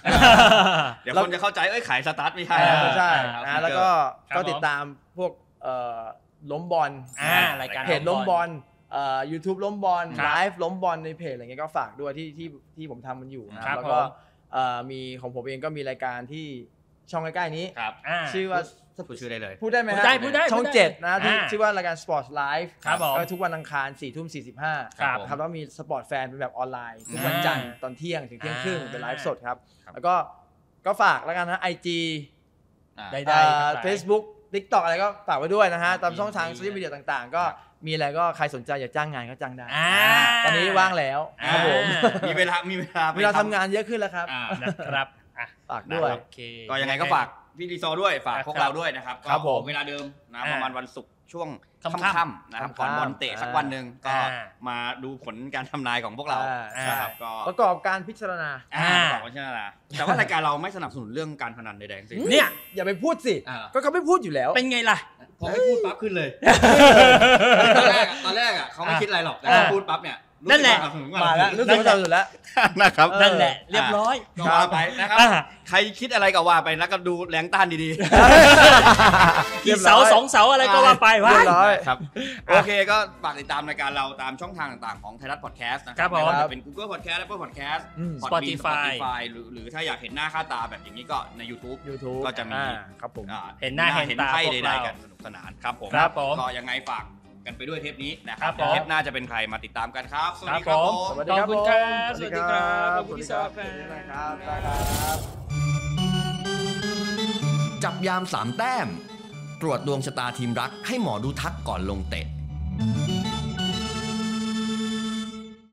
C: เดี๋ยวคนจะเข้าใจ เอ้ยขายสตั๊ดไม่ใช่
E: ใช่
C: นะ
E: ใช่
C: ครับ
E: นะแล้วก็
F: ครับ
E: ก็ติ
F: ผ
E: ด
F: ม
E: ตามพวกเอ่อล้มบอล
F: อ่ารายการ
E: เพจล้มบอลเอ่อ YouTube ล้มบอล
F: ครับ
E: ไลฟ์ล้มบอลในเพจอะไรเงี้ยก็ฝากด้วยที่ที่ที่ผมทำมันอยู่นะค
F: ครับ
E: รั
F: บ
E: แล้วก็
F: ผม
E: เอ่อมีของผมเองก็มีรายการที่ช่องใกล้ๆนี้
C: ครับ
F: อ่า
E: ชื่อว่า
C: พูดชื่อ <laughs> ได้เลย
E: พูดได้ไหม
F: พู
E: ฮะ
F: ดได้พูดได้
E: ช่อง
F: พูดได้
E: เจ็ดนะที่
F: อ่า
E: ชื่อว่ารายการ Sports Live
F: ครับผม
E: ก็ทุกวันอังคาร4ี่ทุ่มสี่สิบห้า
F: ครับ
E: ครับแล้วมีสปอร์ตแฟนเป็นแบบออนไลน์ทุกวัน
F: อ่า
E: จันทร์ตอนเที่ยงถึงเที่ยงครึ่ง
F: อ่า
E: เป็นไลฟ์สดครับ
C: ครับ
E: แล้วก็ก็ฝากแล้วกันนะไอจี
C: อ่า
F: ได้ ครับ
E: เฟซบุ๊กทิกตอกอะไรก็ฝากไว้ด้วยนะฮะ ตามช่องทาง
C: ดี
E: โซเชียลมีเดียต่างๆ ก็
C: ครับ
E: มีอะไรก็ใครสนใจอยากจ้างงานก็จ้างได้
F: อ่า
E: ตอนนี้ว่างแล้วครับผม
F: อ่า
C: มีเวลา มีเวลาไป
E: เวลาทำงานเยอะขึ้นแล้วครับ
C: อ่า
F: นะครับ อ่ะ
E: ฝากด้วย
F: โอเค
C: ก็ยังไงก็ฝากพี่ดีซอร์ด้วยฝาก
F: ครับ
C: พวกเราด้วยนะครับ
F: ครับ
C: ก็
F: ผม
C: เวลาเดิมนะ
F: อ่า
C: ประมาณวันศุกร์ช่วง
F: ค่ำๆ
C: ค่ำๆนะครับก่อน
E: ค่ำๆ
C: บอลเตะสัก
E: อ่า
C: วันหนึ่งก็
F: อ่า
C: มาดูผลการทำนายของพวกเรา
E: อ่า
C: นะครับก็
E: ประกอบการพิจารณา
C: อ่า
F: อ่า
C: บอกว่าใช่ไหมล่ะแต่ว่ารายการเราไม่สนับสนุนเรื่องการพนันใดๆทั้งสิ้น
F: เนี่ย
E: อย่าไปพูดสิ
C: อ่า
E: ก็เขาไม่พูดอยู่แล้ว
F: เป็นไงล่ะ
C: พอไม่พูดปั๊บขึ้นเลย ตอนแรกอะตอนแรกอะเขาไม่คิดอะไรหรอกแต่พอพูดปั๊บเนี่ยรู้สึก
F: นั่นแหละ
C: ว่าสบสนุน
E: มาแล้วรู้สึกว่าจะสุดแล้ว
C: นะครับ
E: เออ
F: นั่นแหละเรียบร้อย
C: ก็ว่าไปนะครับ
F: อ่า
C: ใครคิดอะไรก็ว่าไปแล้วก็ดูแรงต้านดี
E: เรี
F: กี่
E: ยบร้อย
F: เสาสองเสาอะไรก็ว่าไป
C: ๆ
F: วะ
E: เรียบร้อย
C: ครับ โอเคก็ฝากติดตามรายการเราตามช่องทางต่างๆของไทยรัฐพอดแคสต์นะค
F: ครั
C: รับ
F: ผม
C: ไม่ว่าจะเป็น Google Podcast Apple Podcast
E: อืม
C: Podbean
F: Spotify
C: Spotify หรือหรือถ้าอยากเห็นหน้าค่าตาแบบอย่างนี้ก็ใน YouTube
E: ยูทูบ
C: ก็จะมี
E: ครับผม
C: อ่า
F: เห็นหน้าเห็นตา
C: ไพ่
F: พวกเรา
C: ใดๆกันสนุกสนานครับผม
F: ครับผม
C: ก็ยังไงฝากกันไปด้วยเทปนี้นะค
F: ครั
C: รับบ
F: ผม
C: เทปหน้าจะเป็นใครมาติดตามกันครับ สวัส
F: ครับ
C: ดี
F: ผ
C: ครับผม ม
E: สวัสดี
F: ขอบ
E: ครั
F: คุณครับสวัสดีครับข
E: บผม
F: อบคุณพี่ซอฟค
E: ได้ค
F: รั
E: รับ บได้ครับ
B: จับยามสามแต้ม ตรวจดวงชะตาทีมรักให้หมอดูทักก่อนลงเตะ